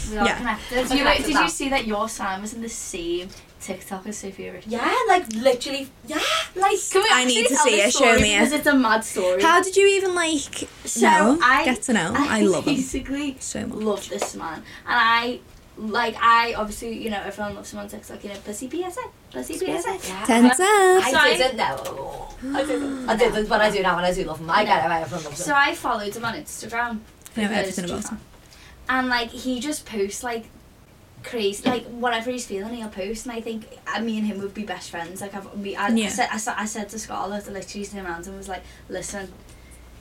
Speaker 3: we are
Speaker 2: Yeah.
Speaker 3: connected.
Speaker 1: We're
Speaker 3: You know,
Speaker 1: connected
Speaker 3: did
Speaker 1: now.
Speaker 3: you see that your Sam was in the same TikTok as Sophia Richards?
Speaker 1: Yeah, like literally. Yeah, like.
Speaker 3: Can we
Speaker 2: I
Speaker 3: actually
Speaker 2: need to
Speaker 3: tell
Speaker 2: see
Speaker 3: this
Speaker 2: it, show
Speaker 3: story
Speaker 2: me it.
Speaker 3: because it's a mad story.
Speaker 2: How did you even like
Speaker 3: So,
Speaker 2: know?
Speaker 3: (laughs) I-
Speaker 2: get to know? (laughs) I, love him
Speaker 3: Basically,
Speaker 2: so much.
Speaker 3: love this man. And I, like, I obviously, you know, everyone loves him on TikTok, you know, Pussy PSA, Pussy PSA.
Speaker 1: Yeah.
Speaker 2: (laughs) Ten cents.
Speaker 1: I
Speaker 3: Sorry.
Speaker 1: didn't know. I didn't. I didn't, but I do now, and I do love him. I get it. I everyone loves
Speaker 3: So
Speaker 1: him.
Speaker 3: I followed him on Instagram.
Speaker 2: I know
Speaker 3: because
Speaker 2: everything about
Speaker 3: Japan.
Speaker 2: him.
Speaker 3: And, like, he just posts, like, crazy, like, whatever he's feeling, he'll post. And I think uh, me and him would be best friends. Like, I've, we, I,
Speaker 2: Yeah.
Speaker 3: I, said, I, said, I said to Scarlett, I literally turned around and was like, listen,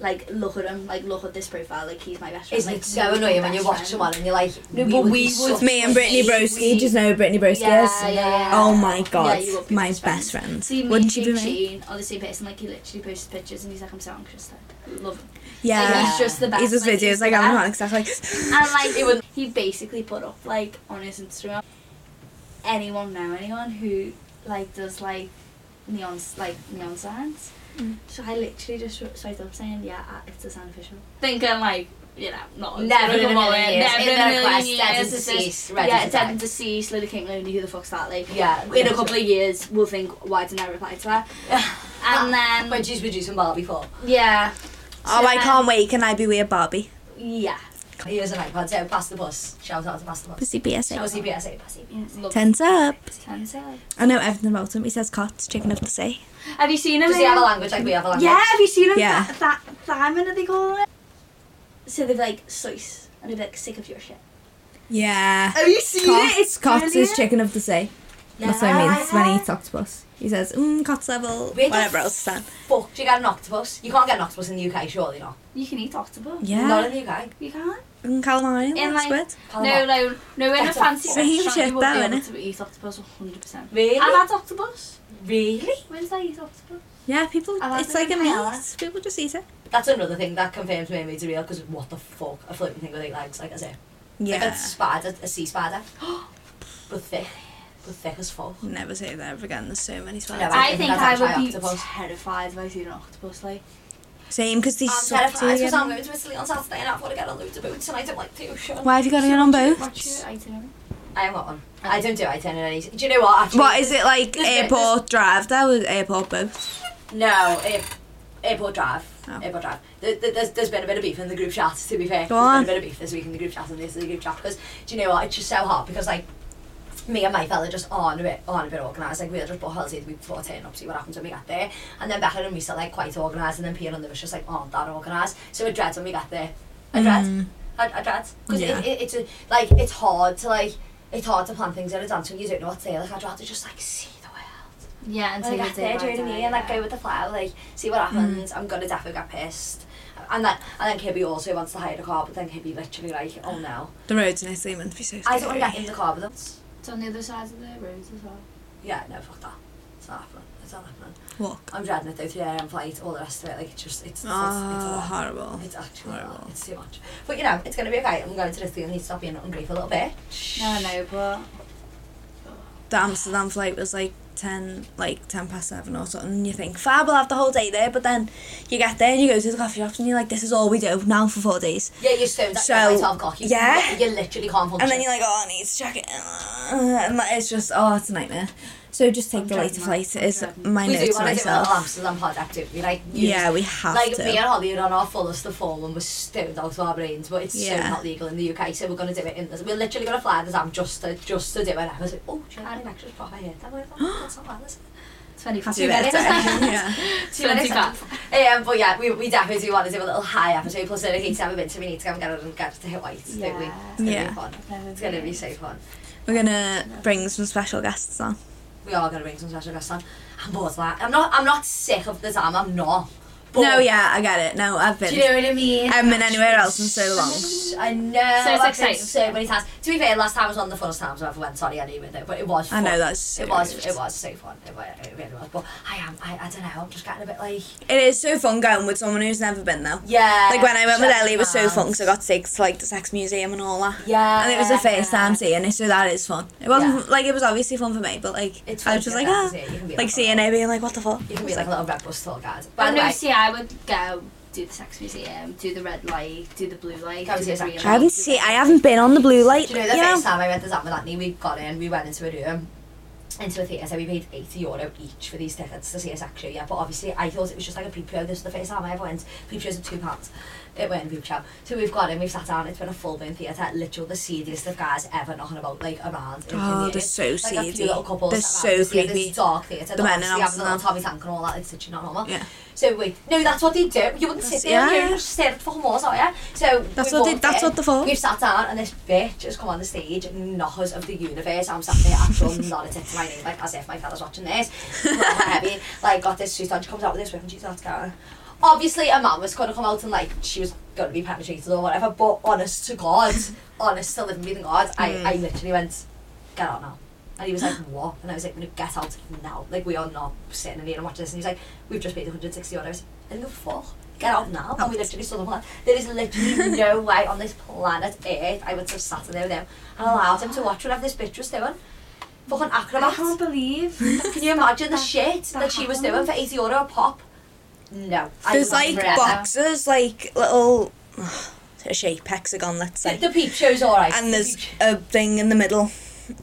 Speaker 3: like look at him, like look at this profile, like he's my best friend.
Speaker 1: Isn't
Speaker 3: like,
Speaker 1: it so
Speaker 3: he's my
Speaker 1: annoying when
Speaker 3: best
Speaker 1: you watch
Speaker 3: friend.
Speaker 1: someone and you're like,
Speaker 3: No,
Speaker 1: we
Speaker 3: but
Speaker 1: would
Speaker 3: we
Speaker 1: be
Speaker 3: would-
Speaker 1: such
Speaker 2: Me and Brittany
Speaker 1: mates.
Speaker 2: Broski. Do you know who Brittany Broski
Speaker 3: Yeah,
Speaker 2: is?
Speaker 3: yeah, yeah.
Speaker 2: Oh my god,
Speaker 3: you would be
Speaker 2: my
Speaker 3: best
Speaker 2: best
Speaker 3: friends.
Speaker 2: friend.
Speaker 3: See, me
Speaker 2: Wouldn't
Speaker 3: and
Speaker 2: she be
Speaker 3: Jake
Speaker 2: me?
Speaker 3: Sheen are the same person. Like he literally posts pictures and he's like, I'm so anxious. Like, love him. Like,
Speaker 2: Yeah.
Speaker 3: he's just the best.
Speaker 2: He's just
Speaker 3: like,
Speaker 2: videos
Speaker 3: the
Speaker 2: like I'm not
Speaker 3: best.
Speaker 2: exactly like
Speaker 3: And like it was, he basically put up like on his Instagram, anyone know anyone who like does like neon like neon signs.
Speaker 2: Mm.
Speaker 3: So I literally just wrote- swiped up saying, yeah, uh, it's a sign official. Thinking like, you know, not
Speaker 1: Never in a
Speaker 3: gonna come
Speaker 1: million
Speaker 3: on
Speaker 1: years.
Speaker 3: Never
Speaker 1: In
Speaker 3: in a
Speaker 1: their
Speaker 3: million
Speaker 1: quest,
Speaker 3: years.
Speaker 1: dead and
Speaker 3: this is-
Speaker 1: deceased, ready
Speaker 3: yeah,
Speaker 1: to
Speaker 3: dead
Speaker 1: die.
Speaker 3: and deceased. Lily King Lonely. Who the fuck's that? Like,
Speaker 1: Yeah,
Speaker 3: In a couple of years, we'll think, why didn't I reply to (laughs) her? And then,
Speaker 1: When she's producing Barbie for.
Speaker 3: yeah,
Speaker 2: (laughs) Oh I
Speaker 3: Yeah.
Speaker 2: can't wait, can I be weird Barbie?
Speaker 3: yeah.
Speaker 1: He was an icon, so pass the bus. Shout out to Pass the Bus.
Speaker 2: Pussy
Speaker 1: That was
Speaker 2: PSA.
Speaker 1: CBS, pass CBS.
Speaker 3: Love it.
Speaker 2: Tense up.
Speaker 3: Tense up.
Speaker 2: I know everything about him. He says cots, chicken of the sea.
Speaker 3: Have you seen him?
Speaker 1: Does he have a
Speaker 3: in-
Speaker 1: language like we have a language?
Speaker 3: Yeah, have you seen them?
Speaker 2: Yeah.
Speaker 3: That, that diamond that they call it. So they're like soice, and they're like sick of your shit.
Speaker 2: Yeah.
Speaker 3: Have you seen
Speaker 2: Cots, cots is chicken of the sea.
Speaker 1: Yeah.
Speaker 2: That's what he means when he eats octopus. He says, mmm, cots level,
Speaker 1: Where the
Speaker 2: whatever else is that.
Speaker 1: Fuck, do you get an octopus? You can't get an octopus in the UK, surely not.
Speaker 3: You can eat octopus.
Speaker 1: Not
Speaker 2: Yeah.
Speaker 1: in the UK.
Speaker 3: You can.
Speaker 2: Mm, calamari,
Speaker 3: In,
Speaker 2: that's
Speaker 3: like-
Speaker 2: good.
Speaker 3: No,
Speaker 1: Palma.
Speaker 3: no, no. In a
Speaker 1: That's a
Speaker 3: fancy
Speaker 1: fucking
Speaker 2: shit,
Speaker 3: restaurant, you
Speaker 2: though,
Speaker 3: won't be able
Speaker 2: innit?
Speaker 3: to eat octopus 100. percent
Speaker 1: Really?
Speaker 3: I've had octopus.
Speaker 1: Really?
Speaker 3: When did I eat octopus?
Speaker 2: Yeah, people,
Speaker 3: I like
Speaker 2: it's
Speaker 3: them
Speaker 2: like a
Speaker 3: in
Speaker 2: meat.
Speaker 3: paella.
Speaker 2: People just eat it.
Speaker 1: That's another thing that confirms mermaids are real, because what the fuck? A floating thing with eight legs, like I say. Like
Speaker 2: Yeah.
Speaker 1: a spider, a sea (gasps) spider. but thick. But thick as fuck.
Speaker 2: Never say that ever again. There's so many
Speaker 1: No,
Speaker 2: spiders.
Speaker 1: I
Speaker 3: I,
Speaker 1: think
Speaker 3: think
Speaker 1: I'd
Speaker 3: I
Speaker 1: try
Speaker 3: would be
Speaker 1: octopus.
Speaker 3: terrified if I seen an octopus. Like,
Speaker 2: Same, because they
Speaker 1: I'm
Speaker 2: suck
Speaker 1: terrified because I'm
Speaker 2: too.
Speaker 1: going to Italy on Saturday and I've got to get on loads of boats and I don't like to. Sure.
Speaker 2: Why have you got to get Oh, on boats?
Speaker 3: What's your
Speaker 1: I am not one. I don't do itineraries. Do you know what? Actually,
Speaker 2: What is it like?
Speaker 1: There's-
Speaker 2: Airport drive? That was airport boat.
Speaker 1: No, air, airport drive.
Speaker 2: Oh.
Speaker 1: Airport drive. There, there- there's, there's been a bit of beef in the group chat, to be fair.
Speaker 2: Go
Speaker 1: there's been
Speaker 2: on.
Speaker 1: a bit of beef this week in the group chat and this is the group chat because, do you know what? It's just so hot because, like, me and my fella just aren't a bit, aren't a bit organised. Like, we were just bought holiday the week before turning up, see what happens when we get there. And then Becca and we still, like, quite organised. And then Pierre and them was just, like, aren't that organised. So it dreads when we get there. I dread. I, I dread. Because
Speaker 2: Mm. Yeah.
Speaker 1: it, it, it's, a, like, it's hard to, like, it's hard to plan things in advance when you don't know what's there. Like, I'd rather just, like, see the world
Speaker 3: Yeah, and
Speaker 1: like,
Speaker 3: take
Speaker 1: that's
Speaker 3: a
Speaker 1: it,
Speaker 3: day
Speaker 1: do you know what I mean?
Speaker 3: by
Speaker 1: And like
Speaker 3: day.
Speaker 1: go with the flow, like see
Speaker 2: Mm.
Speaker 1: what happens. I'm gonna definitely get pissed. And then and then Kibby also wants to hire a car, but then Kibby literally like, oh no,
Speaker 2: The roads in Italy must be so
Speaker 1: I don't want to get
Speaker 2: scary.
Speaker 1: in the car with them.
Speaker 3: It's on the other side of the roads as
Speaker 2: (laughs)
Speaker 3: well.
Speaker 1: Yeah, no, fuck that. It's not happening. It's not happening.
Speaker 2: Walk.
Speaker 1: I'm dreading it though. 3 a.m. flight, all the rest of it. Like it's just it's it's, it's,
Speaker 2: Oh,
Speaker 1: it's a lot.
Speaker 2: horrible.
Speaker 1: It's actually a lot.
Speaker 2: Horrible.
Speaker 1: It's too much. But you know, it's gonna be okay. I'm going to this thing. I need to stop being hungry for a little bit.
Speaker 3: No, I know, but
Speaker 2: The Amsterdam flight was like ten, like ten past seven or something. And you think fab, we'll have the whole day there. But then you get there and you go to the coffee shops and you're like, this is all we do now for four days.
Speaker 1: Yeah, you're stoned at
Speaker 2: So,
Speaker 1: like 12 o'clock. You,
Speaker 2: yeah.
Speaker 1: You literally can't function.
Speaker 2: And then you're like, oh, I need to check it. Uh, And that is just, oh, it's a nightmare. So just take
Speaker 3: I'm
Speaker 2: the later
Speaker 3: dreading that.
Speaker 2: flight is
Speaker 3: I'm dreading
Speaker 2: my
Speaker 1: we
Speaker 2: note
Speaker 1: do
Speaker 2: to
Speaker 1: want to do a little
Speaker 2: myself.
Speaker 1: Amsterdam pod activity. Like use
Speaker 2: Yeah, we have
Speaker 1: like
Speaker 2: to.
Speaker 1: me and Holly are on our fullest of form and we're stoned out of our brains, but it's so
Speaker 2: Yeah.
Speaker 1: not legal in the UK, so we're gonna do it in this. We're literally gonna fly this am just to just to do it. And I was like, oh, do you have any extras proper here? That way, that's not bad. That's
Speaker 2: (gasps)
Speaker 3: twenty
Speaker 2: Happy
Speaker 1: Two
Speaker 3: (laughs)
Speaker 1: minutes.
Speaker 2: birthday. (laughs) yeah.
Speaker 1: (laughs) two minutes. Um, but yeah, we, we definitely do want to do a little high episode. Plus, in case haven't been, so we need to go and get it and get it to hit white, don't we?
Speaker 3: Yeah.
Speaker 1: It's gonna
Speaker 2: Yeah.
Speaker 1: be fun. It's gonna be so fun.
Speaker 2: We're gonna bring some special guests on.
Speaker 1: We are gonna bring some special guests on. I'm bored of that. I'm not. I'm not sick of the time. I'm not. But
Speaker 2: No, yeah, I get it. No, I've
Speaker 1: Do
Speaker 2: been.
Speaker 1: you know what I mean?
Speaker 2: I haven't been anywhere else in so long.
Speaker 1: I know.
Speaker 3: So it's
Speaker 1: I've
Speaker 3: exciting.
Speaker 1: been So many times. To be fair, last time was one of the funnest times I've ever went. Sorry, I knew it, but it was.
Speaker 2: I
Speaker 1: Fun.
Speaker 2: know that's. So
Speaker 1: It was.
Speaker 2: rude.
Speaker 1: It was so fun. It, wa- it really was. But I am. I, I don't know. I'm just getting a bit like.
Speaker 2: It is so fun going with someone who's never been though.
Speaker 1: Yeah.
Speaker 2: Like when I went with
Speaker 1: just
Speaker 2: Ellie, it was so
Speaker 1: mad.
Speaker 2: fun because I got six like the sex museum and all that.
Speaker 1: Yeah.
Speaker 2: And it was the first time seeing it, so that is fun. It wasn't
Speaker 1: Yeah.
Speaker 2: like it was obviously fun for me, but like
Speaker 1: It's
Speaker 2: I
Speaker 1: fun
Speaker 2: was just
Speaker 1: to
Speaker 2: like
Speaker 1: get
Speaker 2: ah,
Speaker 1: back to see it. You can be
Speaker 2: like
Speaker 1: like,
Speaker 2: seeing it, being like what the fuck.
Speaker 1: You can be
Speaker 2: It's
Speaker 1: like a little red bus tour guide. By
Speaker 3: But
Speaker 1: the
Speaker 3: no,
Speaker 1: way,
Speaker 3: see, I would go do the sex museum, do the red light, do the blue light.
Speaker 1: Go
Speaker 3: do
Speaker 1: see
Speaker 3: the
Speaker 1: a
Speaker 3: green
Speaker 1: sex
Speaker 2: I haven't
Speaker 3: light,
Speaker 2: seen.
Speaker 3: do the-
Speaker 2: I haven't been on the blue light.
Speaker 1: Do you know the first time I went to Zap with Anthony, we got in, we went into a room, into a theatre, so we paid 80 euro each for these tickets to see us actually, yeah. But obviously, I thought it was just like a peep show. This is the first time I ever went. Peep shows are two pounds. It went in peep show. So we've got in, we've sat down, it's been a full blown theatre, literally the seediest of guys ever knocking about, like around. in- in
Speaker 2: Oh,
Speaker 1: the
Speaker 2: they're so
Speaker 1: like A
Speaker 2: seedy.
Speaker 1: few little couples
Speaker 2: They're
Speaker 1: sat around
Speaker 2: so
Speaker 1: this theatre,
Speaker 2: creepy.
Speaker 1: This dark theatre,
Speaker 2: The men in
Speaker 1: obviously having a little
Speaker 2: Amsterdam.
Speaker 1: Tommy Tank and all that, it's literally not normal.
Speaker 2: Yeah.
Speaker 1: So wait, no, that's what they do. You wouldn't sit
Speaker 2: That's-
Speaker 1: there, yeah.
Speaker 2: yeah.
Speaker 1: you just stare at the fucking walls, are you? So
Speaker 2: That's
Speaker 1: we
Speaker 2: what they-
Speaker 1: walked
Speaker 2: that's
Speaker 1: in,
Speaker 2: what they're for.
Speaker 1: We've sat down and this bitch has come on the stage, knockers of the universe. I'm sat there,
Speaker 2: (laughs)
Speaker 1: actual not a tip to my name, like as if my fella's watching this. Proper heavy, like got this suit on. She comes out with this whip and she's like, going, obviously a man was going to come out and like she was going to be penetrated or whatever. But honest to God, (laughs) honest to living breathing God, I,
Speaker 2: Hmm.
Speaker 1: I literally went, get out now. And he was like, what? And I was like, no, get out now. Like we are not sitting in here and watching this. And he was like, we've just paid 160 euros. I think fuck. Get out now. And we literally stood up and like, there is
Speaker 2: (laughs)
Speaker 1: literally no way on this planet Earth I would have sat in there with him and allowed him to watch whatever this bitch was doing. Fucking
Speaker 3: I
Speaker 1: acrobat.
Speaker 3: can't believe.
Speaker 1: Can you imagine the
Speaker 3: that-
Speaker 1: shit
Speaker 3: that
Speaker 1: that she was doing
Speaker 3: happened.
Speaker 1: for 80 euro a pop? No. I
Speaker 2: There's
Speaker 1: would not
Speaker 2: like
Speaker 1: regret that.
Speaker 2: boxes, like little a shape hexagon, let's say.
Speaker 1: The, the peep show's alright.
Speaker 2: and
Speaker 1: The
Speaker 2: there's
Speaker 1: peep show-
Speaker 2: a thing in the middle,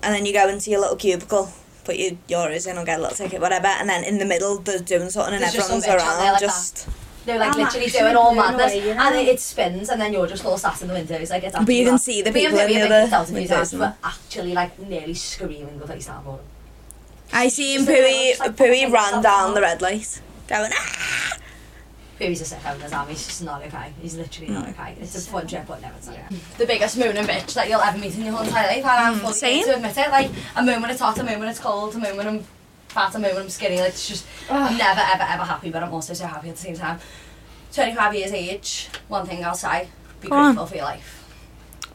Speaker 2: and then you go into your little cubicle, put your yours in, or get a little ticket, whatever, and then in the middle they're doing something, and
Speaker 1: There's just
Speaker 2: everyone's
Speaker 1: some bitch out there
Speaker 2: around,
Speaker 1: like
Speaker 2: just.
Speaker 1: They're like
Speaker 3: I'm
Speaker 1: literally
Speaker 3: actually
Speaker 1: doing all
Speaker 3: blown
Speaker 1: madness.
Speaker 3: away, you know?
Speaker 1: And it, it spins, and then you're just all sat in the window. It's like, it's
Speaker 2: But you
Speaker 1: actually
Speaker 2: can
Speaker 1: mad.
Speaker 2: see the
Speaker 1: Me and
Speaker 2: people in
Speaker 1: Vivian,
Speaker 2: the
Speaker 1: like,
Speaker 2: other
Speaker 1: felt in these eyes,
Speaker 2: person.
Speaker 1: were actually like nearly screaming with like starboard.
Speaker 2: I seen
Speaker 1: Just like,
Speaker 2: Pooey,
Speaker 1: just like
Speaker 2: Pooey
Speaker 1: fucking
Speaker 2: ran
Speaker 1: stuff
Speaker 2: down
Speaker 1: out.
Speaker 2: the red light, going, ah!
Speaker 1: Phoebe's a sick out of He's just not okay. He's literally
Speaker 2: Mm.
Speaker 1: not okay. It's a fun trip, but never it's not okay. The biggest moon and bitch that you'll ever meet in your whole entire life. And I'm fully
Speaker 2: Mm, same.
Speaker 1: to admit it. Like, a moon when it's hot, a moon when it's cold, a moon when I'm fat, a moon when I'm skinny. Like, it's just, I'm never, ever, ever happy, but I'm also so happy at the same time. 25 years age, one thing I'll say be
Speaker 2: Go on.
Speaker 1: grateful for your life.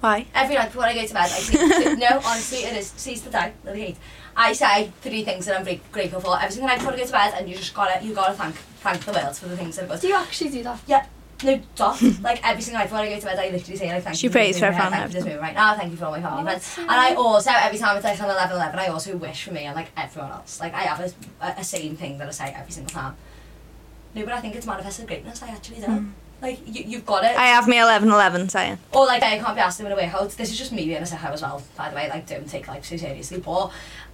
Speaker 2: Why?
Speaker 1: Every night before I go to bed, I see.
Speaker 2: (laughs)
Speaker 1: no, honestly, it is. Seize the day. Lily Hate. I say three things that I'm very grateful for every single night before I go to bed, and you just gotta, you gotta thank, thank the world for the things that I've got.
Speaker 3: Do you actually do that?
Speaker 1: Yeah, no,
Speaker 2: (laughs)
Speaker 1: dot. like every single night before I go to bed, I literally say like thank
Speaker 2: She
Speaker 1: you. this
Speaker 2: prays for her
Speaker 1: movie,
Speaker 2: family.
Speaker 1: Thank you for this movie right now. Thank you for all my family
Speaker 3: Oh,
Speaker 1: and
Speaker 3: that's
Speaker 1: friends.
Speaker 3: so
Speaker 1: And I also every time it's like on eleven eleven, I also wish for me and like everyone else. Like I have a, a, a same thing that I say every single time. No, but I think it's manifested greatness. I actually do.
Speaker 2: Hmm.
Speaker 1: Like you, you've got it.
Speaker 2: I have me 1111 saying.
Speaker 1: Or like I can't be asked in a warehouse. This is just me being a sicko as well, by the way. Like don't take life so seriously. But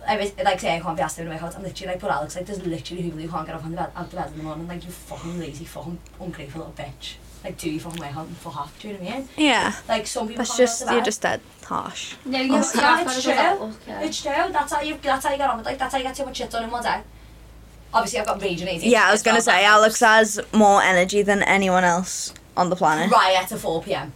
Speaker 1: I was like say I can't be asked in a warehouse. I'm literally like, but Alex, like there's literally people who can't get up on the bed out the bed in the morning. Like you fucking lazy, fucking ungrateful little bitch. Like do your fucking warehouse and fuck off. Do you know what I mean?
Speaker 2: Yeah.
Speaker 1: Like some people
Speaker 2: That's
Speaker 1: can't
Speaker 2: just,
Speaker 1: get out
Speaker 2: you're
Speaker 1: the bed.
Speaker 2: just dead harsh.
Speaker 3: No, you
Speaker 1: Oh,
Speaker 3: have
Speaker 1: yeah,
Speaker 3: got
Speaker 1: it's
Speaker 3: to go that
Speaker 1: true.
Speaker 3: look, yeah.
Speaker 1: It's true. That's how you. That's how you get on with. Like that's how you get too much shit done in one day. Obviously, I've got raging ADHD.
Speaker 2: Yeah, I was
Speaker 1: as
Speaker 2: gonna
Speaker 1: well, that
Speaker 2: say,
Speaker 1: helps.
Speaker 2: Alex has more energy than anyone else on the planet.
Speaker 1: riot at 4 pm.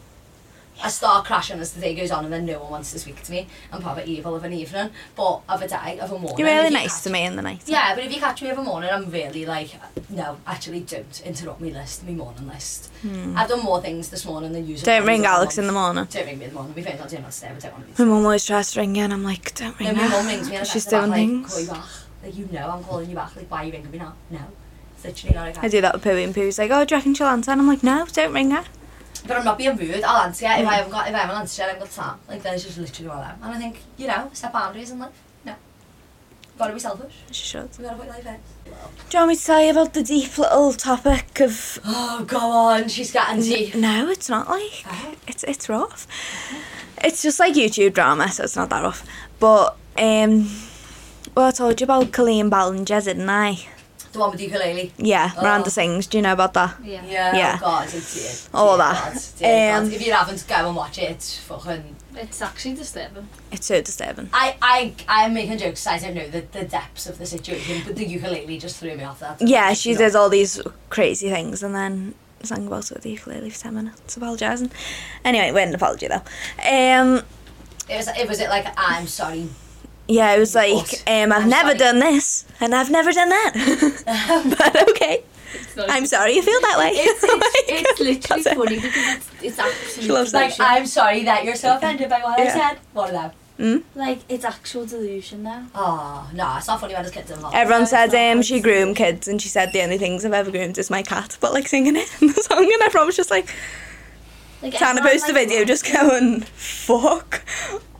Speaker 1: I start crashing as the day goes on, and then no one wants to speak to me. I'm probably evil of an evening, but of a day, of a morning.
Speaker 2: You're
Speaker 1: if
Speaker 2: really
Speaker 1: you
Speaker 2: nice
Speaker 1: catch-
Speaker 2: to me in the night.
Speaker 1: Yeah, but if you catch me of a morning, I'm really like, no, actually, don't interrupt me list, me morning list. I've done more things this morning than usual.
Speaker 2: Hmm. Don't ring Alex in the morning.
Speaker 1: Don't ring me in the morning. We found out doing that today. We don't want to be.
Speaker 2: My mum always tries to ring you, and I'm like, don't ring
Speaker 1: No, my
Speaker 2: her.
Speaker 1: mum rings me. And I'm
Speaker 2: She's
Speaker 1: back,
Speaker 2: doing
Speaker 1: like, call you
Speaker 2: things.
Speaker 1: back. Like you know, I'm calling you back. Like why are you ringing me now? No, it's literally not okay.
Speaker 2: I do that with Pooey, and Pooey's like, oh, do you reckon she'll answer? And I'm like, no, don't ring her.
Speaker 1: But I'm not being rude. I'll answer it.
Speaker 2: Mm.
Speaker 1: If I haven't got, if I haven't answered it, I haven't got time. Like, there's just literally one of them. And I think, you know, set boundaries in life. No. Gotta be selfish.
Speaker 2: She should.
Speaker 1: We gotta put life in.
Speaker 2: Do you want me to tell you about the deep little topic of?
Speaker 1: Oh, go on. She's getting deep.
Speaker 2: No, it's not like
Speaker 1: Oh.
Speaker 2: it's it's rough. It's just like YouTube drama, so it's not that rough. But um, well, I told you about Colleen Ballinger, didn't I?
Speaker 1: The one with the ukulele.
Speaker 2: Yeah, Miranda
Speaker 1: Oh.
Speaker 2: Sings. Do you know about that?
Speaker 3: Yeah.
Speaker 1: Yeah.
Speaker 2: Yeah.
Speaker 1: Oh, God. It's dear.
Speaker 2: All
Speaker 1: dear
Speaker 2: that.
Speaker 1: God, dear
Speaker 2: Um,
Speaker 1: God. If you haven't, go and watch it. It's fucking...
Speaker 3: It's actually disturbing.
Speaker 2: It's so disturbing.
Speaker 1: I, I, I'm making jokes. I don't know the, the depths of the situation, but the ukulele just threw me off that.
Speaker 2: Yeah, she
Speaker 1: did.
Speaker 2: does all these crazy things and then sang about it with the ukulele for 10 minutes, apologising. Anyway, wait, an apology though. Um,
Speaker 1: It was, it was it like, I'm sorry.
Speaker 2: yeah, it was like,
Speaker 1: What?
Speaker 2: um, I've
Speaker 1: I'm
Speaker 2: never
Speaker 1: sorry.
Speaker 2: done this and I've never done that. (laughs) but okay,
Speaker 3: It's not-
Speaker 2: I'm
Speaker 3: (laughs)
Speaker 2: sorry you feel that way. (laughs)
Speaker 3: It's, it's, it's literally
Speaker 2: That's it.
Speaker 3: funny because it's, it's absolutely
Speaker 2: loves that
Speaker 1: Like,
Speaker 2: shit.
Speaker 1: I'm sorry that you're
Speaker 2: (laughs)
Speaker 1: so offended by what
Speaker 2: Yeah.
Speaker 1: I said. One of them.
Speaker 3: Like, it's actual delusion now.
Speaker 1: Oh, no, it's not funny when there's kids involved.
Speaker 2: Everyone
Speaker 3: it's
Speaker 2: said
Speaker 3: not.
Speaker 2: um, she groomed kids and she said the only things I've ever groomed is my cat, but like singing it in the song and everyone was just like,
Speaker 3: Like,
Speaker 2: trying to
Speaker 3: everyone,
Speaker 2: post the
Speaker 3: like,
Speaker 2: video, just going, fuck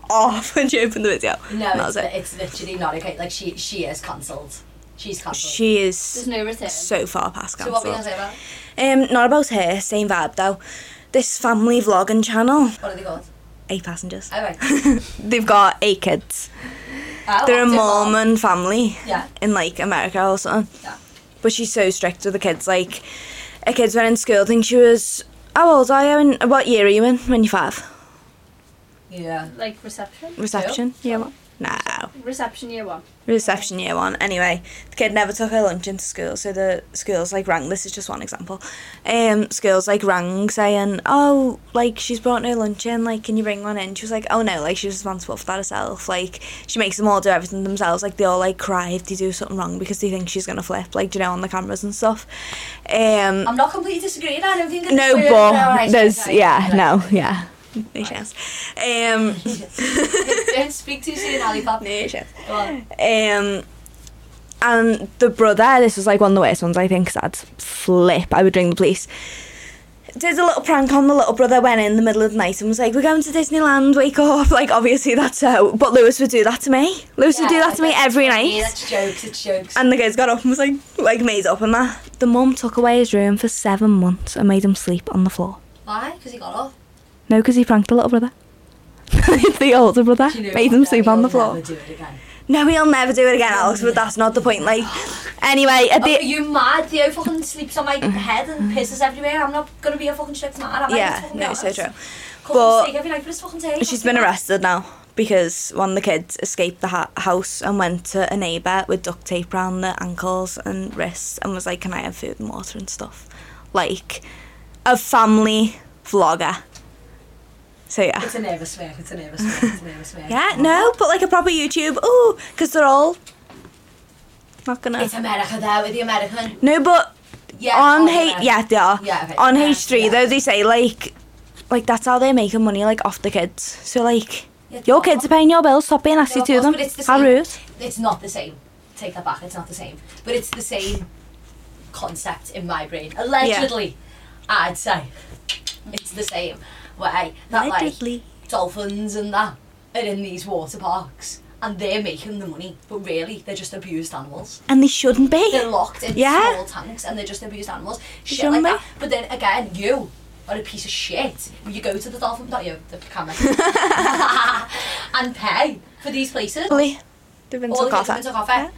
Speaker 2: off when she opened the video.
Speaker 1: No,
Speaker 2: And that
Speaker 1: it's,
Speaker 2: was it.
Speaker 1: it's literally not okay. Like she, she is cancelled. She's cancelled.
Speaker 2: She is
Speaker 3: There's no return.
Speaker 2: so far past
Speaker 1: so
Speaker 2: cancelled.
Speaker 1: what we gonna say about? it?
Speaker 2: Um, not about her, same vibe though. This family vlogging channel,
Speaker 1: What are they called?
Speaker 2: eight passengers.
Speaker 1: Oh,
Speaker 2: (laughs)
Speaker 1: right.
Speaker 2: They've got eight kids.
Speaker 1: Oh,
Speaker 2: They're a
Speaker 1: active
Speaker 2: mom and family
Speaker 1: Yeah.
Speaker 2: in like America or something.
Speaker 1: Yeah.
Speaker 2: But she's so strict with the kids. Like, her kids were in school, I think she was, how old are you? And what year are you in when you're five?
Speaker 1: Yeah.
Speaker 3: Like, reception.
Speaker 2: Reception? Yeah, what? No.
Speaker 1: Reception year one.
Speaker 2: Reception year one. Anyway, the kid never took her lunch into school, so the school's like rang. This is just one example. Um, school's like rang saying, "Oh, like she's brought no lunch in. Like, can you bring one in?" She was like, "Oh no, like she's responsible for that herself. Like, she makes them all do everything themselves. Like, they all like cry if they do something wrong because they think she's gonna flip. Like, do you know, on the cameras and stuff." Um,
Speaker 1: I'm not completely disagreeing. I don't think it's
Speaker 2: no,
Speaker 1: weird,
Speaker 2: but
Speaker 1: right,
Speaker 2: there's
Speaker 1: okay,
Speaker 2: yeah,
Speaker 1: right.
Speaker 2: no, yeah, (laughs) no chance. Um,
Speaker 1: (laughs) Don't speak too soon, Ali Bob.
Speaker 2: no chance.
Speaker 1: Go on.
Speaker 2: Um, and the brother, this was like one of the worst ones, I think, 'cause I'd flip. I would ring the police. Did a little prank on the little brother, went in the middle of the night and was like, We're going to Disneyland, wake up. (laughs) Like, obviously, that's how. But Lewis would do that to me. Lewis would do
Speaker 1: Yeah,
Speaker 2: that to me
Speaker 1: okay.
Speaker 2: every
Speaker 1: Yeah,
Speaker 2: night.
Speaker 1: that's jokes, it's jokes.
Speaker 2: And the guys got up and was like, like made up and that. The mum took away his room for seven months and made him sleep on the floor.
Speaker 1: Why? Because he got up.
Speaker 2: No, 'cause he pranked the little brother. (laughs) the older brother
Speaker 1: Do you know
Speaker 2: made
Speaker 1: what?
Speaker 2: him
Speaker 1: No,
Speaker 2: sleep on
Speaker 1: you'll
Speaker 2: the floor.
Speaker 1: never do it again.
Speaker 2: No, he'll never do it again, Alex. But that's not the point. Like, anyway, a
Speaker 1: Oh,
Speaker 2: bit.
Speaker 1: are you mad? Theo fucking sleeps on my
Speaker 2: Mm-hmm.
Speaker 1: head and pisses everywhere. I'm not gonna be a fucking strict man. am I? Let's
Speaker 2: yeah,
Speaker 1: fucking be
Speaker 2: no, so
Speaker 1: honest.
Speaker 2: true.
Speaker 1: Come
Speaker 2: But-
Speaker 1: and sleep every night, but it's fucking safe.
Speaker 2: She's been arrested now because one of the kids escaped the ha- house and went to a neighbour with duct tape round the ankles and wrists and was like, "Can I have food and water and stuff?" Like a family vlogger. So yeah.
Speaker 4: It's a nervous wreck, it's a nervous wreck, it's a nervous wreck.
Speaker 2: Yeah, no, but like a proper YouTube. Ooh, because they're all not gonna.
Speaker 1: It's America there with the American.
Speaker 2: No, but
Speaker 1: Yeah. oh,
Speaker 2: on H,
Speaker 1: yeah.
Speaker 2: yeah, they are.
Speaker 1: Yeah, okay.
Speaker 2: On
Speaker 1: Yeah,
Speaker 2: H3,
Speaker 1: yeah.
Speaker 2: though, they say like, like that's how they're making money, like off the kids. So like,
Speaker 1: Yeah,
Speaker 2: your
Speaker 1: of course.
Speaker 2: kids are paying your bills. Stop being nasty
Speaker 1: No, of
Speaker 2: to
Speaker 1: course,
Speaker 2: them.
Speaker 1: but it's the
Speaker 2: How
Speaker 1: same.
Speaker 2: rude.
Speaker 1: It's not the same. Take that back. It's not the same. But it's the same concept in my brain. Allegedly, I'd say it's the same way that
Speaker 2: Allegedly.
Speaker 1: like dolphins and that are in these water parks and they're making the money, but really they're just abused animals.
Speaker 2: And they shouldn't
Speaker 1: They're
Speaker 2: be.
Speaker 1: locked in
Speaker 2: Yeah.
Speaker 1: small tanks and they're just abused animals. Shit
Speaker 2: shouldn't
Speaker 1: like that. But then again, you are a piece of shit. You go to the dolphin, not you, the
Speaker 2: (laughs)
Speaker 1: camera, (laughs) and pay for these places.
Speaker 2: Really. They've been
Speaker 1: All
Speaker 2: took
Speaker 1: the
Speaker 2: off.
Speaker 1: kids have been took off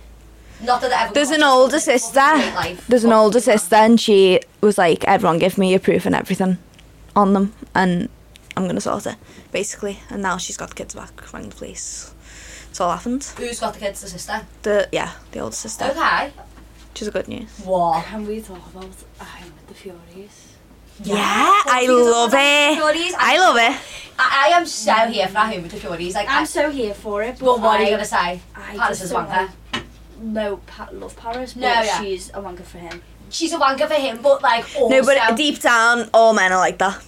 Speaker 1: it. Not that they ever
Speaker 2: There's
Speaker 1: got
Speaker 2: an
Speaker 1: off it,
Speaker 2: older
Speaker 1: but they
Speaker 2: sister.
Speaker 1: fucking great life.
Speaker 2: There's an
Speaker 1: Fucking
Speaker 2: older
Speaker 1: great life.
Speaker 2: sister, and she was like, "Everyone, give me your proof and everything on them, and I'm gonna sort it." Basically, and now she's got the kids back. Rang the police. It's all happened.
Speaker 1: Who's got the kids? The sister.
Speaker 2: The yeah, the older sister,
Speaker 1: Okay.
Speaker 2: which is a good news.
Speaker 1: What?
Speaker 3: Can we talk about I'm with the Furies?
Speaker 2: Yeah, I love it.
Speaker 1: Furies.
Speaker 2: I love it.
Speaker 1: I, I am so here for Home with the Furies. Like,
Speaker 3: I'm
Speaker 1: I,
Speaker 3: so here for it.
Speaker 1: well,
Speaker 3: But
Speaker 1: what are you
Speaker 3: I-
Speaker 1: gonna say?
Speaker 3: I
Speaker 1: Paris
Speaker 3: just
Speaker 1: is
Speaker 3: don't
Speaker 1: wanker.
Speaker 3: like- No, Pat love Paris, but
Speaker 1: No, yeah.
Speaker 3: she's a wanker for him.
Speaker 1: She's a wanker for him, but like also.
Speaker 2: No, but deep down, all men are like that.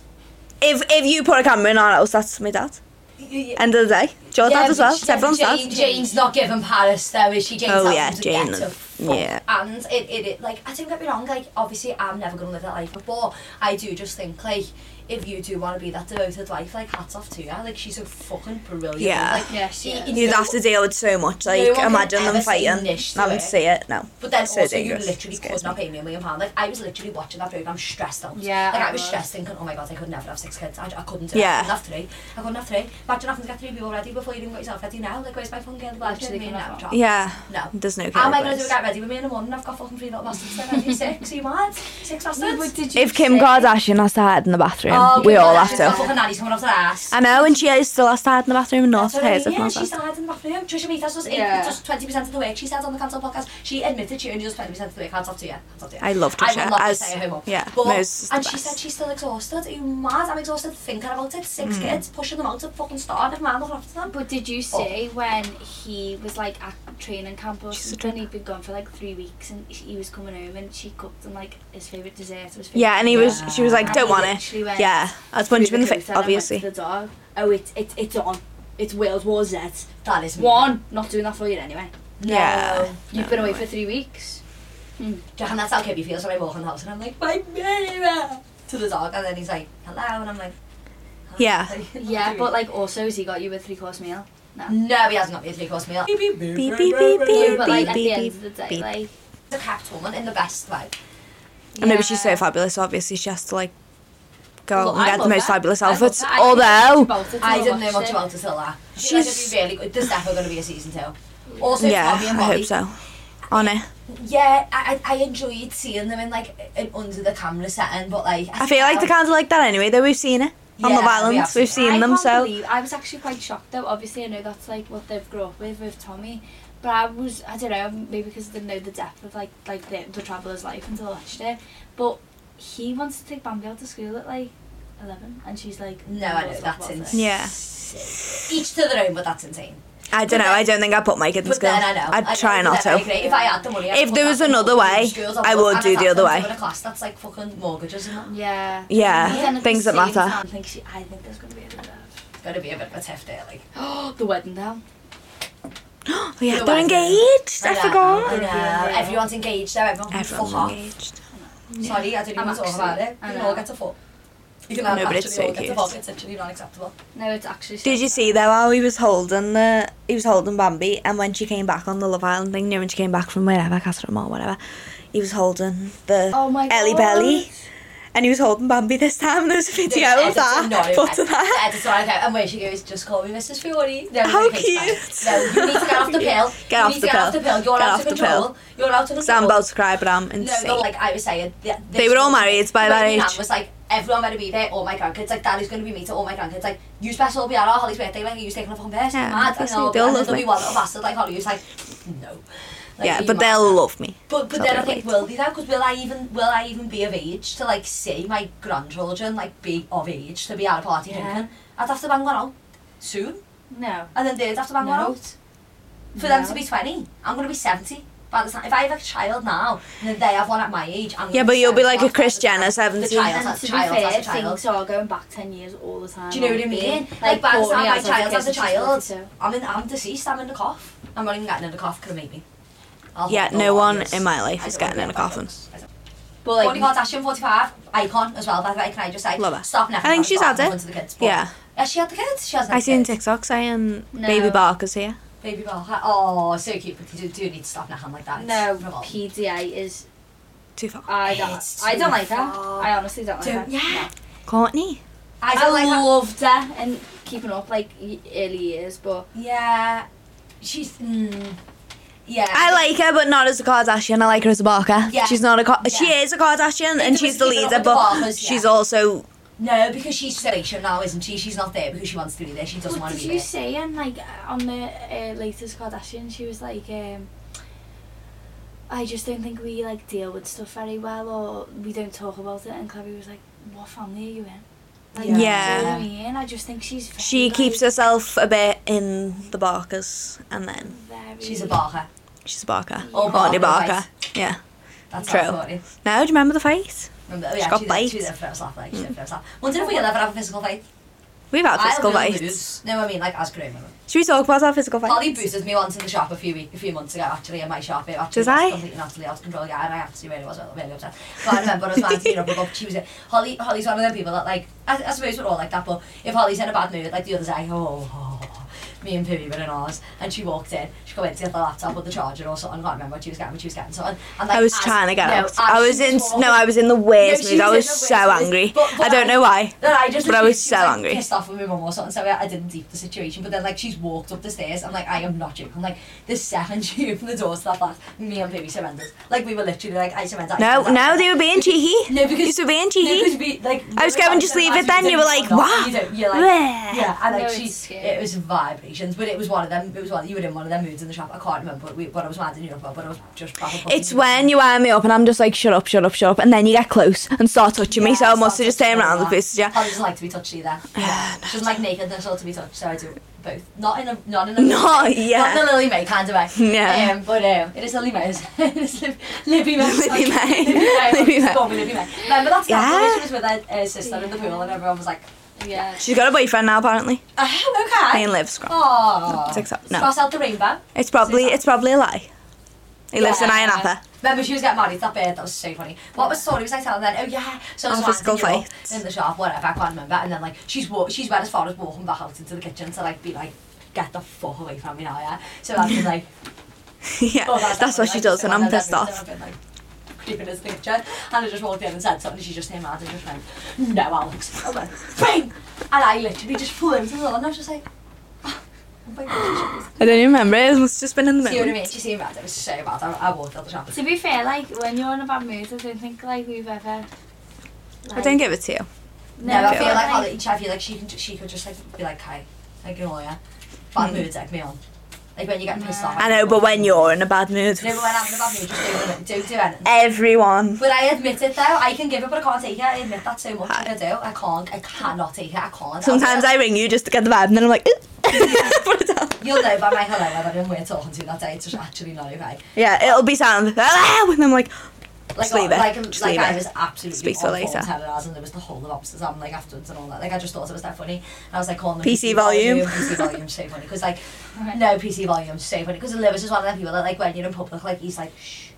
Speaker 2: If if you put a camera in our house, that's my dad.
Speaker 1: and
Speaker 2: End of the day, it's your dad as well. It's everyone's
Speaker 1: Jane,
Speaker 2: dad.
Speaker 1: Jane's not giving Paris though, is she? Jane's
Speaker 2: Oh,
Speaker 1: not
Speaker 2: yeah,
Speaker 1: to
Speaker 2: Jane,
Speaker 1: Get to fuck.
Speaker 2: yeah.
Speaker 1: And it, it, it, like, I don't get me wrong. Like, obviously, I'm never gonna live that life, but I do just think like, if you do want to be that devoted wife, like, hats off to her. Like, she's a fucking brilliant.
Speaker 2: Yeah.
Speaker 1: Like,
Speaker 3: Yes,
Speaker 1: you-
Speaker 3: yes.
Speaker 1: you
Speaker 2: You'd
Speaker 1: know-
Speaker 2: have to deal with so much.
Speaker 1: No
Speaker 2: Like
Speaker 1: one can
Speaker 2: imagine
Speaker 1: ever
Speaker 2: them
Speaker 1: say
Speaker 2: fighting.
Speaker 1: nish to
Speaker 2: I would
Speaker 1: it.
Speaker 2: see it. No.
Speaker 1: But then
Speaker 2: It's so
Speaker 1: also,
Speaker 2: dangerous.
Speaker 1: you literally
Speaker 2: Scares
Speaker 1: could not
Speaker 2: me.
Speaker 1: pay me a million pounds. Like, I was literally watching that program, stressed out.
Speaker 3: Yeah,
Speaker 1: Like, I,
Speaker 3: I
Speaker 1: was
Speaker 3: was.
Speaker 1: stressed, thinking, oh my god, I could never have six kids. I, I couldn't do
Speaker 2: Yeah.
Speaker 1: it. I couldn't have three. I couldn't have three. Imagine having to get three people ready before you even got yourself ready now. Like, where's my fucking girl? Like,
Speaker 3: Literally
Speaker 1: me and
Speaker 3: couldn't
Speaker 1: now,
Speaker 3: have
Speaker 1: drop.
Speaker 2: Yeah.
Speaker 1: No.
Speaker 2: There's no.
Speaker 1: How am I
Speaker 2: caregivers.
Speaker 1: going to do a get ready with me in the morning? I've got fucking three little bastards. They're ready six. Are you mad? Six bastards?
Speaker 3: did
Speaker 2: If Kim Kardashian has to hide in the bathroom,
Speaker 1: Oh,
Speaker 2: we
Speaker 1: Kim Kardashian's
Speaker 2: all
Speaker 1: got
Speaker 2: have to.
Speaker 1: fucking nannies coming off their ass.
Speaker 2: I know, and she is still has to hide in the bathroom and not
Speaker 1: That's what I
Speaker 2: pay us
Speaker 1: mean,
Speaker 2: if
Speaker 1: yeah,
Speaker 2: not
Speaker 1: she
Speaker 2: that.
Speaker 1: still hides in the bathroom. Trisha Meath, that's just,
Speaker 3: Yeah.
Speaker 1: yeah. just 20% of the work she said on the Cancel podcast. She admitted she only does 20% of the work. Hands off to you. Hands off to you.
Speaker 2: I love
Speaker 1: I
Speaker 2: Trisha,
Speaker 1: will not
Speaker 2: as-
Speaker 1: say her home.
Speaker 2: yeah,
Speaker 1: but,
Speaker 2: Mo's is the
Speaker 1: and she
Speaker 2: best.
Speaker 1: said she's still exhausted. Are you mad? I'm exhausted thinking about it. Six
Speaker 2: Mm.
Speaker 1: kids pushing them out to fucking start. Never mind looking after them.
Speaker 3: But did
Speaker 2: Oh.
Speaker 3: you see when he was like at training camp or
Speaker 2: She's a
Speaker 3: something? He'd been gone for like three weeks and he was coming home and she cooked him like his favourite dessert. Was
Speaker 2: Yeah, and he was. She was like,
Speaker 3: And
Speaker 2: "Don't
Speaker 3: he
Speaker 2: want it."
Speaker 3: literally went
Speaker 2: Yeah, I'd punch him in the
Speaker 3: through
Speaker 2: face,
Speaker 3: coat and I went to
Speaker 2: obviously.
Speaker 3: the dog. Oh, it's it's it's on. It's World War Z.
Speaker 2: Mm.
Speaker 1: That is me.
Speaker 3: One, not doing that for you anyway.
Speaker 1: No.
Speaker 2: Yeah.
Speaker 3: You've
Speaker 2: No,
Speaker 3: been
Speaker 2: no
Speaker 3: away
Speaker 2: way.
Speaker 3: for
Speaker 2: (laughs)
Speaker 3: three weeks.
Speaker 1: Do you reckon that's how Kibby feels when I walk in the house and I'm like, my mirror! To the dog. And then he's like, hello. And I'm like, "Hi."
Speaker 2: Yeah.
Speaker 1: (laughs)
Speaker 3: Yeah, but like also, has he got you a three course meal?
Speaker 1: No, he hasn't obviously cost me up.
Speaker 2: Beep beep beep
Speaker 3: No,
Speaker 2: beep
Speaker 3: but like
Speaker 2: beep
Speaker 3: at the end of the
Speaker 2: beep
Speaker 3: day,
Speaker 2: beep.
Speaker 3: like.
Speaker 1: The kept woman in the best way.
Speaker 2: I know, but she's so
Speaker 3: yeah.
Speaker 2: fabulous. Obviously, she has to like go
Speaker 1: Well,
Speaker 2: out and
Speaker 1: I
Speaker 2: get Oh, the
Speaker 1: love
Speaker 2: most
Speaker 1: that.
Speaker 2: fabulous
Speaker 1: I love
Speaker 2: outfits.
Speaker 1: that. I don't
Speaker 2: Although
Speaker 1: I didn't know much about Attila. She's
Speaker 2: She's-
Speaker 1: like it'd be really good. There's definitely going to be a season two. Also,
Speaker 2: yeah,
Speaker 1: Tommy and
Speaker 2: I
Speaker 1: Bobby.
Speaker 2: hope so. On it.
Speaker 1: Yeah, I, I I enjoyed seeing them in like an under the camera setting, but like
Speaker 2: I feel like they
Speaker 1: think
Speaker 2: kind of like that anyway, though we've seen it.
Speaker 1: I-
Speaker 2: on
Speaker 1: Yeah,
Speaker 2: Love
Speaker 1: we
Speaker 2: Island.
Speaker 1: have
Speaker 2: We've
Speaker 1: seen
Speaker 2: seen
Speaker 3: I
Speaker 2: them,
Speaker 3: can't
Speaker 2: so
Speaker 3: believe, I was actually quite shocked though. Obviously, I know that's like what they've grew up with with Tommy, but I was I don't know maybe because I didn't know the depth of like like the, the traveler's life until I watched it. But he wants to take Bambi out to school at like eleven, and she's like,
Speaker 1: No, I know,
Speaker 3: it's
Speaker 1: that's
Speaker 3: not
Speaker 1: insane.
Speaker 2: yeah.
Speaker 1: Each to their own, but that's insane.
Speaker 2: I don't know.
Speaker 1: then-
Speaker 2: I don't think I'd put my kid in
Speaker 1: But
Speaker 2: school.
Speaker 1: then I know.
Speaker 2: I'd
Speaker 1: I
Speaker 2: try
Speaker 1: know,
Speaker 2: not
Speaker 1: I
Speaker 2: to.
Speaker 1: agree. If I had the money, I'd
Speaker 2: If
Speaker 1: put
Speaker 2: there
Speaker 1: that
Speaker 2: was
Speaker 1: in
Speaker 2: another
Speaker 1: public
Speaker 2: way,
Speaker 1: schools,
Speaker 2: I would
Speaker 1: and
Speaker 2: do
Speaker 1: if
Speaker 2: the
Speaker 1: that
Speaker 2: other
Speaker 1: comes
Speaker 2: way.
Speaker 1: with a class that's like fucking mortgages and that.
Speaker 3: Yeah.
Speaker 2: Yeah,
Speaker 3: But then at
Speaker 2: things
Speaker 3: the
Speaker 2: that
Speaker 3: same
Speaker 2: matter.
Speaker 3: time, I think she, I think there's gonna be a bit of
Speaker 1: It's gotta be a bit of a tiff there, like.
Speaker 3: oh, (gasps) the wedding down.
Speaker 2: (gasps) Oh, yeah,
Speaker 1: No,
Speaker 2: they're
Speaker 1: I know.
Speaker 2: engaged. I
Speaker 1: know,
Speaker 2: forgot.
Speaker 1: I know. Everyone's engaged now, everyone's full
Speaker 2: Everyone's
Speaker 1: off.
Speaker 2: engaged.
Speaker 1: Sorry, I didn't
Speaker 3: I'm
Speaker 1: even talk about
Speaker 3: actually-
Speaker 1: it.
Speaker 3: I
Speaker 1: You
Speaker 3: know.
Speaker 1: all get a foot. You can
Speaker 2: No,
Speaker 1: have
Speaker 2: but it's
Speaker 1: actually all
Speaker 2: so
Speaker 1: get a
Speaker 2: cute.
Speaker 1: foot. It's actually not
Speaker 2: (laughs)
Speaker 1: acceptable.
Speaker 3: No, it's actually.
Speaker 2: Did you see though how he was holding the he was holding Bambi and when she came back on the Love Island thing, you know when she came back from wherever, Catherine or whatever, he was holding the
Speaker 3: Oh my
Speaker 2: Ellie
Speaker 3: God.
Speaker 2: Belly and he was holding Bambi this time and there was a video of (laughs) that. But to that
Speaker 1: That's what I go. And where she goes, just call me Mrs. Fury. No,
Speaker 2: How
Speaker 1: we can FaceTime. No, you need to get
Speaker 2: (laughs)
Speaker 1: off the
Speaker 2: Yeah.
Speaker 1: pill.
Speaker 2: Get
Speaker 1: you
Speaker 2: off
Speaker 1: need
Speaker 2: the
Speaker 1: to get off the
Speaker 2: pill.
Speaker 1: pill. You're
Speaker 2: Get
Speaker 1: out of
Speaker 2: off the
Speaker 1: control.
Speaker 2: pill.
Speaker 1: You're out of control.
Speaker 2: Sam about to cry but I'm
Speaker 1: No,
Speaker 2: insane.
Speaker 1: but like I was saying, th-
Speaker 2: They were all married by that
Speaker 1: my nan
Speaker 2: age.
Speaker 1: was like, everyone better be there. All my grandkids, like daddy's gonna be me to all my grandkids. Like, you best all be at our Holly's birthday. Like, you're taking a fucking birthday.
Speaker 2: Yeah,
Speaker 1: mad. And
Speaker 2: obviously,
Speaker 1: all,
Speaker 2: they all
Speaker 1: and then
Speaker 2: love
Speaker 1: there'll be
Speaker 2: me.
Speaker 1: one little bastard like Holly who's like, no. Like,
Speaker 2: yeah,
Speaker 1: you
Speaker 2: but
Speaker 1: mad?
Speaker 2: they'll love me.
Speaker 1: But but
Speaker 2: So
Speaker 1: then I
Speaker 2: they'll
Speaker 1: think
Speaker 2: wait.
Speaker 1: will they though? Because will I even will I even be of age to like see my grandchildren like be of age to be at a party
Speaker 3: Yeah.
Speaker 1: drinking? I'd have to bang one out soon,
Speaker 3: No.
Speaker 1: and then they'd have to bang one
Speaker 3: No.
Speaker 1: out. For them to be twenty, I'm gonna be seventy. By the time, if I have a child now, and then they have one at my age, I'm gonna
Speaker 2: Yeah, but you'll be
Speaker 1: 70
Speaker 2: like a
Speaker 1: by the
Speaker 2: Kris
Speaker 1: time-
Speaker 2: Jenner,
Speaker 1: The
Speaker 2: 70.
Speaker 1: child
Speaker 3: And
Speaker 1: has
Speaker 3: to
Speaker 1: a
Speaker 3: be
Speaker 1: child
Speaker 3: fair,
Speaker 1: has a child.
Speaker 3: things are going back 10 years all the time.
Speaker 1: Do you know what I
Speaker 3: aren't they?
Speaker 1: mean? Like, by the
Speaker 3: Courtney
Speaker 1: time my
Speaker 3: has, like,
Speaker 1: child
Speaker 3: a
Speaker 1: has a
Speaker 3: kid and she's
Speaker 1: child,
Speaker 3: 42.
Speaker 1: I'm in, I'm deceased. I'm in the cough. I'm not even getting in the cough. Could have made me. I'll
Speaker 2: Yeah,
Speaker 1: hold
Speaker 2: no
Speaker 1: all
Speaker 2: one
Speaker 1: others.
Speaker 2: in my life
Speaker 1: I
Speaker 2: is
Speaker 1: don't wanna
Speaker 2: getting in
Speaker 1: be
Speaker 2: a coffin.
Speaker 1: box.
Speaker 3: But
Speaker 1: Like, Courtney
Speaker 3: like,
Speaker 1: Kardashian, 45, icon as well, by the way, can I just say?
Speaker 2: Love her.
Speaker 1: Stop
Speaker 2: I think she's had it.
Speaker 1: The kids, but-
Speaker 2: Yeah.
Speaker 1: Has she had the kids? She has had
Speaker 2: I seen
Speaker 1: kids.
Speaker 2: TikTok saying
Speaker 3: No.
Speaker 2: Baby Barker's here.
Speaker 1: Baby girl. hi- Oh, so cute, but you do, do need to stop necking like that. It's
Speaker 3: no,
Speaker 1: revolting.
Speaker 3: PDA is.
Speaker 2: Too far.
Speaker 3: I don't.
Speaker 1: It's
Speaker 3: I don't
Speaker 1: too
Speaker 3: like her.
Speaker 1: far.
Speaker 3: I honestly don't like
Speaker 1: Don't-
Speaker 3: her.
Speaker 1: yeah.
Speaker 2: Courtney.
Speaker 1: I
Speaker 3: I,
Speaker 1: don't like her.
Speaker 3: loved her and keeping up like y- early years, but
Speaker 1: Yeah. She's. Mm, yeah.
Speaker 2: I like her, but not as a Kardashian. I like her as a Barker.
Speaker 1: Yeah.
Speaker 2: She's not a. Ka-
Speaker 1: Yeah.
Speaker 2: She is a Kardashian,
Speaker 1: If
Speaker 2: and
Speaker 1: there
Speaker 2: she's
Speaker 1: was
Speaker 2: the
Speaker 1: Keeping Up
Speaker 2: leader,
Speaker 1: with the
Speaker 2: but
Speaker 1: Barkers,
Speaker 2: she's
Speaker 1: yeah.
Speaker 2: also
Speaker 1: No, because she's sedation now, isn't she? She's not there because she wants to be there. She doesn't
Speaker 3: what
Speaker 1: want
Speaker 3: did
Speaker 1: to
Speaker 3: you
Speaker 1: be there.
Speaker 3: say? And like on the uh, latest Kardashian, she was like, um, "I just don't think we like deal with stuff very well, or we don't talk about it." And Chloe was like, "What family are you in?" Like, do you know
Speaker 2: Yeah.
Speaker 3: what I mean, I just think she's. Very,
Speaker 2: she keeps
Speaker 3: like,
Speaker 2: herself a bit in the Barkers, and then
Speaker 3: Very
Speaker 1: She's a barker.
Speaker 2: she's a Barker.
Speaker 1: Or
Speaker 2: Courtney
Speaker 1: Barker,
Speaker 2: Barker. Yeah.
Speaker 1: That's
Speaker 2: True.
Speaker 1: Not Courtney.
Speaker 2: Now, do you remember the fight?
Speaker 1: Remember, oh,
Speaker 2: She's
Speaker 1: yeah,
Speaker 2: got
Speaker 1: she's there- She's
Speaker 2: bites.
Speaker 1: there for a slap. Like, she's there for a slap. Wonder if we'll ever have a physical fight.
Speaker 2: We've had physical
Speaker 1: I'll really
Speaker 2: fights.
Speaker 1: lose. No, I mean, like, as grown women.
Speaker 2: Should we talk about our physical fights?
Speaker 1: Holly boosted me once in the shop a few week, a few months ago actually in my shop. It actually
Speaker 2: Did
Speaker 1: was
Speaker 2: I?
Speaker 1: completely and utterly out of control. Yeah, and I have to see where it was. I was really upset. But I remember I was mad to her up. She was a, Holly. Holly's one of them people that like. I, I suppose we're all like that. But if Holly's in a bad mood, like the others, are like oh. (laughs) oh." Me and Pippi were in ours, and she walked in. She went to get the laptop or the charger or something. I can't remember what she was getting, but she was getting something. And, like,
Speaker 2: I was
Speaker 1: as-
Speaker 2: trying to get
Speaker 1: no,
Speaker 2: out.
Speaker 1: as
Speaker 2: I was
Speaker 1: she
Speaker 2: in
Speaker 1: walking-
Speaker 2: no, I was in the worst
Speaker 1: No, she
Speaker 2: mood. I
Speaker 1: was in
Speaker 2: was
Speaker 1: the
Speaker 2: so
Speaker 1: worst mood.
Speaker 2: angry.
Speaker 1: But- but
Speaker 2: I don't
Speaker 1: I-
Speaker 2: know why.
Speaker 1: Then I just
Speaker 2: But I
Speaker 1: assumed
Speaker 2: was
Speaker 1: she
Speaker 2: so
Speaker 1: like,
Speaker 2: angry.
Speaker 1: pissed off with my mum or something. So I, I didn't deep the situation. But then like she's walked up the stairs. I'm like, I am not joking. Like the second (laughs) she opened the door to that flat, me and Phoebe surrendered. Like we were literally like, I surrendered. I
Speaker 2: No,
Speaker 1: surrendered.
Speaker 2: no, they were being cheeky.
Speaker 1: No, because
Speaker 2: You were being
Speaker 1: no,
Speaker 2: cheeky.
Speaker 1: because we, like,
Speaker 2: I was
Speaker 1: we were
Speaker 2: going, just
Speaker 1: like,
Speaker 2: leave it
Speaker 1: "Actually,
Speaker 2: then."
Speaker 1: we
Speaker 2: You were
Speaker 1: don't
Speaker 2: like,
Speaker 1: know
Speaker 2: "What?"
Speaker 1: You don't, you're like,
Speaker 2: Bleh.
Speaker 1: yeah, and like
Speaker 3: No,
Speaker 1: she,
Speaker 3: it's scary.
Speaker 1: it was vibrations, but it was one of them. It was one. You were in one of them moods in the shop. I can't remember what, we, what I was mad in Europe about, but I was just.
Speaker 2: It's when you wind me up and I'm just like, shut up, shut up, shut up. And then you get close and start touching me. So I must have just turned around and pissed you.
Speaker 1: I just like to be touched either.
Speaker 2: (laughs)
Speaker 1: Yeah. She doesn't like nakedness or to be touched, so I do both. Not in a not
Speaker 2: (laughs)
Speaker 1: in a
Speaker 2: No,
Speaker 1: not in
Speaker 2: yeah.
Speaker 1: a Lily May kind of way.
Speaker 2: Yeah.
Speaker 1: Um, but um, it is Lily May. isn't it? (laughs) It's Lib- Libby
Speaker 2: (laughs)
Speaker 1: May. (laughs) Libby
Speaker 2: Libby May.
Speaker 1: May. Libby
Speaker 2: Libby May.
Speaker 1: May. Libby May. Remember that
Speaker 2: Yeah.
Speaker 1: scandal when she was with her uh, sister in the pool and everyone was like,
Speaker 3: yeah.
Speaker 2: She's got a boyfriend now, apparently.
Speaker 1: oh, okay.
Speaker 2: Me and Liv Scrum.
Speaker 1: Oh.
Speaker 2: Six up. No,
Speaker 1: Cross out the rainbow.
Speaker 2: it's probably it's probably a lie. He lives in
Speaker 1: Yeah.
Speaker 2: Ironapa.
Speaker 1: Remember she was getting married that bird, that was so funny. What was story was I telling then? Oh yeah, so I was
Speaker 2: Oh,
Speaker 1: like,
Speaker 2: physical
Speaker 1: you know,
Speaker 2: fights.
Speaker 1: in the shop, whatever, I can't remember. And then like she's wa- she's went as far as walking back out into the kitchen to like be like, get the fuck away from me now, yeah. So I've been
Speaker 2: (laughs)
Speaker 1: like,
Speaker 2: (laughs) yeah,
Speaker 1: oh, that's,
Speaker 2: that's what she does, and I'm pissed off.
Speaker 1: I've been like creeping into the kitchen, and I just walked in and said something. and She just came out and just went, no, Alex. I went, bang, and I literally just flew into the lawn. And I was just like, oh my god.
Speaker 2: I don't even remember it. It must have just been in the
Speaker 1: See what I mean?
Speaker 2: middle.
Speaker 1: She seemed mad. It was so bad. I, I walked out the shop.
Speaker 3: To be fair, like when you're in a bad mood, I don't think like we've ever. Like,
Speaker 2: I don't give it to you.
Speaker 1: No, I feel
Speaker 2: Yeah.
Speaker 1: like Holly, I feel like she can, ju- she could just like be like Kai, like you know, yeah, bad mood, egg me on. Like when you get pissed off.
Speaker 2: Hmm. I know, but when you're in a bad mood,
Speaker 1: No, but when I'm in a bad mood, just do, do, do anything.
Speaker 2: everyone.
Speaker 1: But I admit it though, I can give it, but I can't take it. I admit that so much.
Speaker 2: Hi.
Speaker 1: I do. I can't. I cannot take it. I can't.
Speaker 2: Sometimes I ring you just to get the vibe, and
Speaker 1: (laughs)
Speaker 2: then I'm like, (laughs) put it down.
Speaker 1: You'll know by my hello whether I'm we're talking to you that day. It's just actually not okay.
Speaker 2: Yeah, it'll be sound. Hello, and I'm like,
Speaker 1: Like,
Speaker 2: Just leave it.
Speaker 1: like,
Speaker 2: Just
Speaker 1: like
Speaker 2: leave
Speaker 1: I
Speaker 2: it.
Speaker 1: was absolutely
Speaker 2: Speak to her
Speaker 1: on full
Speaker 2: later.
Speaker 1: terrors and there was the whole of opposites on like afterwards and all that. Like I just thought it was that funny. And I was like calling them
Speaker 2: PC volume.
Speaker 1: PC volume so funny because like no PC volume so funny because Lewis is one of them people that like when you're in public like he's like shh.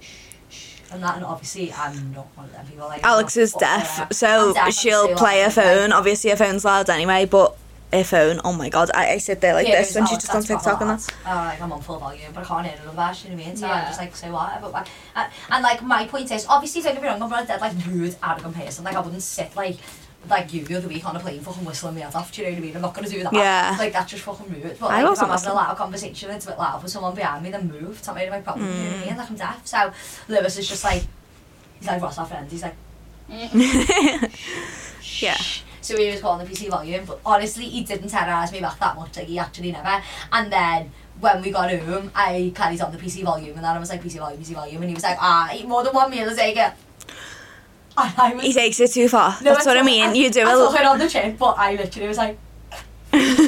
Speaker 1: shh, And that, and obviously, I'm not one of them people. Like, I'm
Speaker 2: Alex
Speaker 1: not
Speaker 2: is
Speaker 1: up
Speaker 2: deaf,
Speaker 1: there.
Speaker 2: so
Speaker 1: I'm deaf,
Speaker 2: she'll
Speaker 1: so
Speaker 2: play
Speaker 1: I'm
Speaker 2: her
Speaker 1: like-
Speaker 2: phone. Obviously, her phone's loud anyway, but her phone. Oh my god, I, I sit there like
Speaker 1: Yeah,
Speaker 2: this
Speaker 1: goes
Speaker 2: when she's
Speaker 1: out,
Speaker 2: just on
Speaker 1: that's proper
Speaker 2: TikTok and that.
Speaker 1: lads. Oh, like I'm on full volume, but I can't hear none of that, you know what I mean? So I'm
Speaker 3: Yeah.
Speaker 1: just like, so what? But, what? and, and like, my point is, obviously, don't get me wrong, I'm not a dead, like, rude, arrogant person. Like, I wouldn't sit, like, like you the other week on a plane fucking whistling me head off, do you know what I mean? I'm not going to do that.
Speaker 2: Yeah.
Speaker 1: Like, that's just fucking rude. But
Speaker 2: I
Speaker 1: like, if I'm
Speaker 2: wasn't
Speaker 1: having a
Speaker 2: whistling.
Speaker 1: loud conversation and it's a bit loud for someone behind me, then move. It's not really my problem, you know
Speaker 2: Mm.
Speaker 1: what I mean? Like, I'm deaf. So Lewis is just like, he's like, what's our friend? He's like,
Speaker 2: (laughs) Yeah.
Speaker 1: So he was calling the PC volume, but honestly, he didn't terrorise me back that much. Like he actually never. And then when we got home, I carried on the PC volume, and then I was like PC volume, PC volume, and he was like, ah, eat more than one meal a day. And I was.
Speaker 2: He takes it too far.
Speaker 1: No,
Speaker 2: That's what I
Speaker 1: took-
Speaker 2: mean. you do
Speaker 1: I,
Speaker 2: a
Speaker 1: I took
Speaker 2: little.
Speaker 1: it on the chin, but I literally was like. (laughs)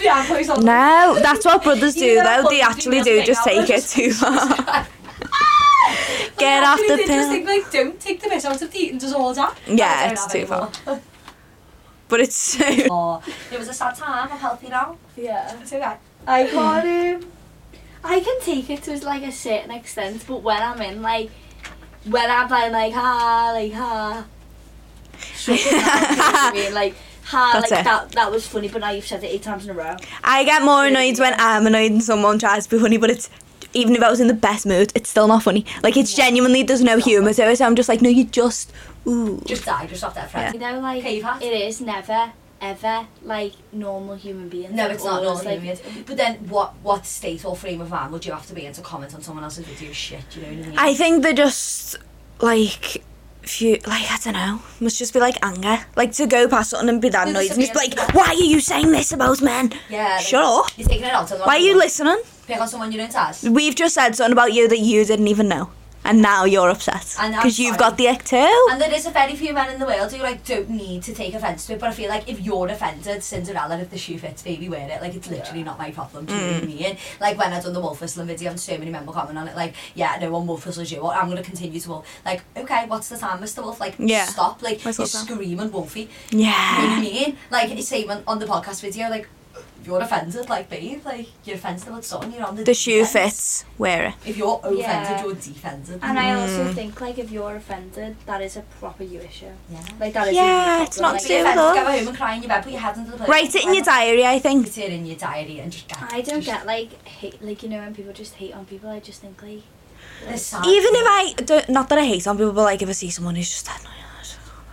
Speaker 1: yeah, I'm always on the- (laughs)
Speaker 2: (laughs) No, that's what brothers do
Speaker 1: You know,
Speaker 2: though. They
Speaker 1: brothers do
Speaker 2: actually
Speaker 1: nothing
Speaker 2: do just
Speaker 1: else.
Speaker 2: take it
Speaker 1: (laughs)
Speaker 2: too far.
Speaker 1: Like,
Speaker 2: Get off
Speaker 1: actually,
Speaker 2: the
Speaker 1: they Just
Speaker 2: pill.
Speaker 1: think, like, don't take the piss out of the eating disorder.
Speaker 2: Yeah,
Speaker 1: I don't
Speaker 2: it's
Speaker 1: have
Speaker 2: too
Speaker 1: anymore. (laughs)
Speaker 2: But it's so.
Speaker 1: Oh, it was a sad time. I'm healthy now.
Speaker 3: Yeah.
Speaker 1: It's okay.
Speaker 3: I can't. Um, I can take it to like a certain extent, but when I'm in like, when I'm playing like ha like ha, shut (laughs) it down, you know what I mean? Like ha
Speaker 2: That's
Speaker 3: like
Speaker 2: it.
Speaker 3: that that was funny, but now you've said it eight times in a row.
Speaker 2: I get more annoyed when I'm annoyed and someone tries to be funny, but it's. Even if I was in the best mood, it's still not funny. Like, it's genuinely, there's no humour to it, so I'm just like, no, you just. Ooh.
Speaker 1: Just die. Just off that friend.
Speaker 3: You know, like
Speaker 1: Cave hat.
Speaker 3: it is never ever like normal human beings.
Speaker 1: No,
Speaker 3: Like,
Speaker 1: it's not
Speaker 3: always,
Speaker 1: normal
Speaker 3: like,
Speaker 1: human beings. But then, what what state or frame of mind would you have to be in to comment on someone else's video? Shit, you know what I mean?
Speaker 2: I think they're just like few like I don't know. Must just be like anger. Like to go past something and be that
Speaker 1: No,
Speaker 2: annoyed
Speaker 1: that's
Speaker 2: and just be
Speaker 1: okay.
Speaker 2: like, Why are you saying this about men?
Speaker 1: yeah. like,
Speaker 2: Shut up.
Speaker 1: You're taking it out. on
Speaker 2: Why are you
Speaker 1: someone-
Speaker 2: listening?
Speaker 1: pick on someone you don't ask?
Speaker 2: We've just said something about you that you didn't even know. And now you're upset.
Speaker 1: And I'm
Speaker 2: Because you've
Speaker 1: sorry.
Speaker 2: got the ick too.
Speaker 1: And there is a very few men in the world who like don't need to take offence to it, but I feel like if you're offended, Cinderella, if the shoe fits, baby, wear it. Like it's literally not my problem. Do you know what I
Speaker 2: Mm.
Speaker 1: mean? Like when I done the wolf whistling video, and so many men were commenting on it. Like, yeah, no one wolf whistles you. Or I'm gonna continue to wolf. Like, okay, what's the time, Mr. Wolf? Like,
Speaker 2: Yeah.
Speaker 1: stop. Like
Speaker 2: Whistle
Speaker 1: you're
Speaker 2: time.
Speaker 1: screaming wolfy. You know what I
Speaker 2: Yeah.
Speaker 1: mean? Like, say when, on the podcast video, like, you're offended, like, babe, like, you're offended with something, you're on the
Speaker 2: The shoe
Speaker 1: defence.
Speaker 2: fits, wear it.
Speaker 1: If you're offended,
Speaker 3: Yeah.
Speaker 1: you're defended.
Speaker 3: And I
Speaker 2: Mm.
Speaker 3: also think like if you're offended, that is a proper you issue.
Speaker 1: yeah.
Speaker 3: Like that is a
Speaker 2: Yeah,
Speaker 3: you
Speaker 2: it's
Speaker 3: problem.
Speaker 2: not
Speaker 1: Like,
Speaker 2: to
Speaker 1: be
Speaker 2: do
Speaker 1: offended,
Speaker 2: with
Speaker 1: go
Speaker 2: us.
Speaker 1: home and cry in your bed, put your head under the pillow.
Speaker 2: Write it in your diary, I think.
Speaker 1: Write it in your diary and just get
Speaker 3: I don't
Speaker 1: just,
Speaker 3: get like hate, like you know when people just hate on people. I just think like
Speaker 1: They're sad.
Speaker 2: Even if I don't, not that I hate some people, but like if I see someone who's just that annoying.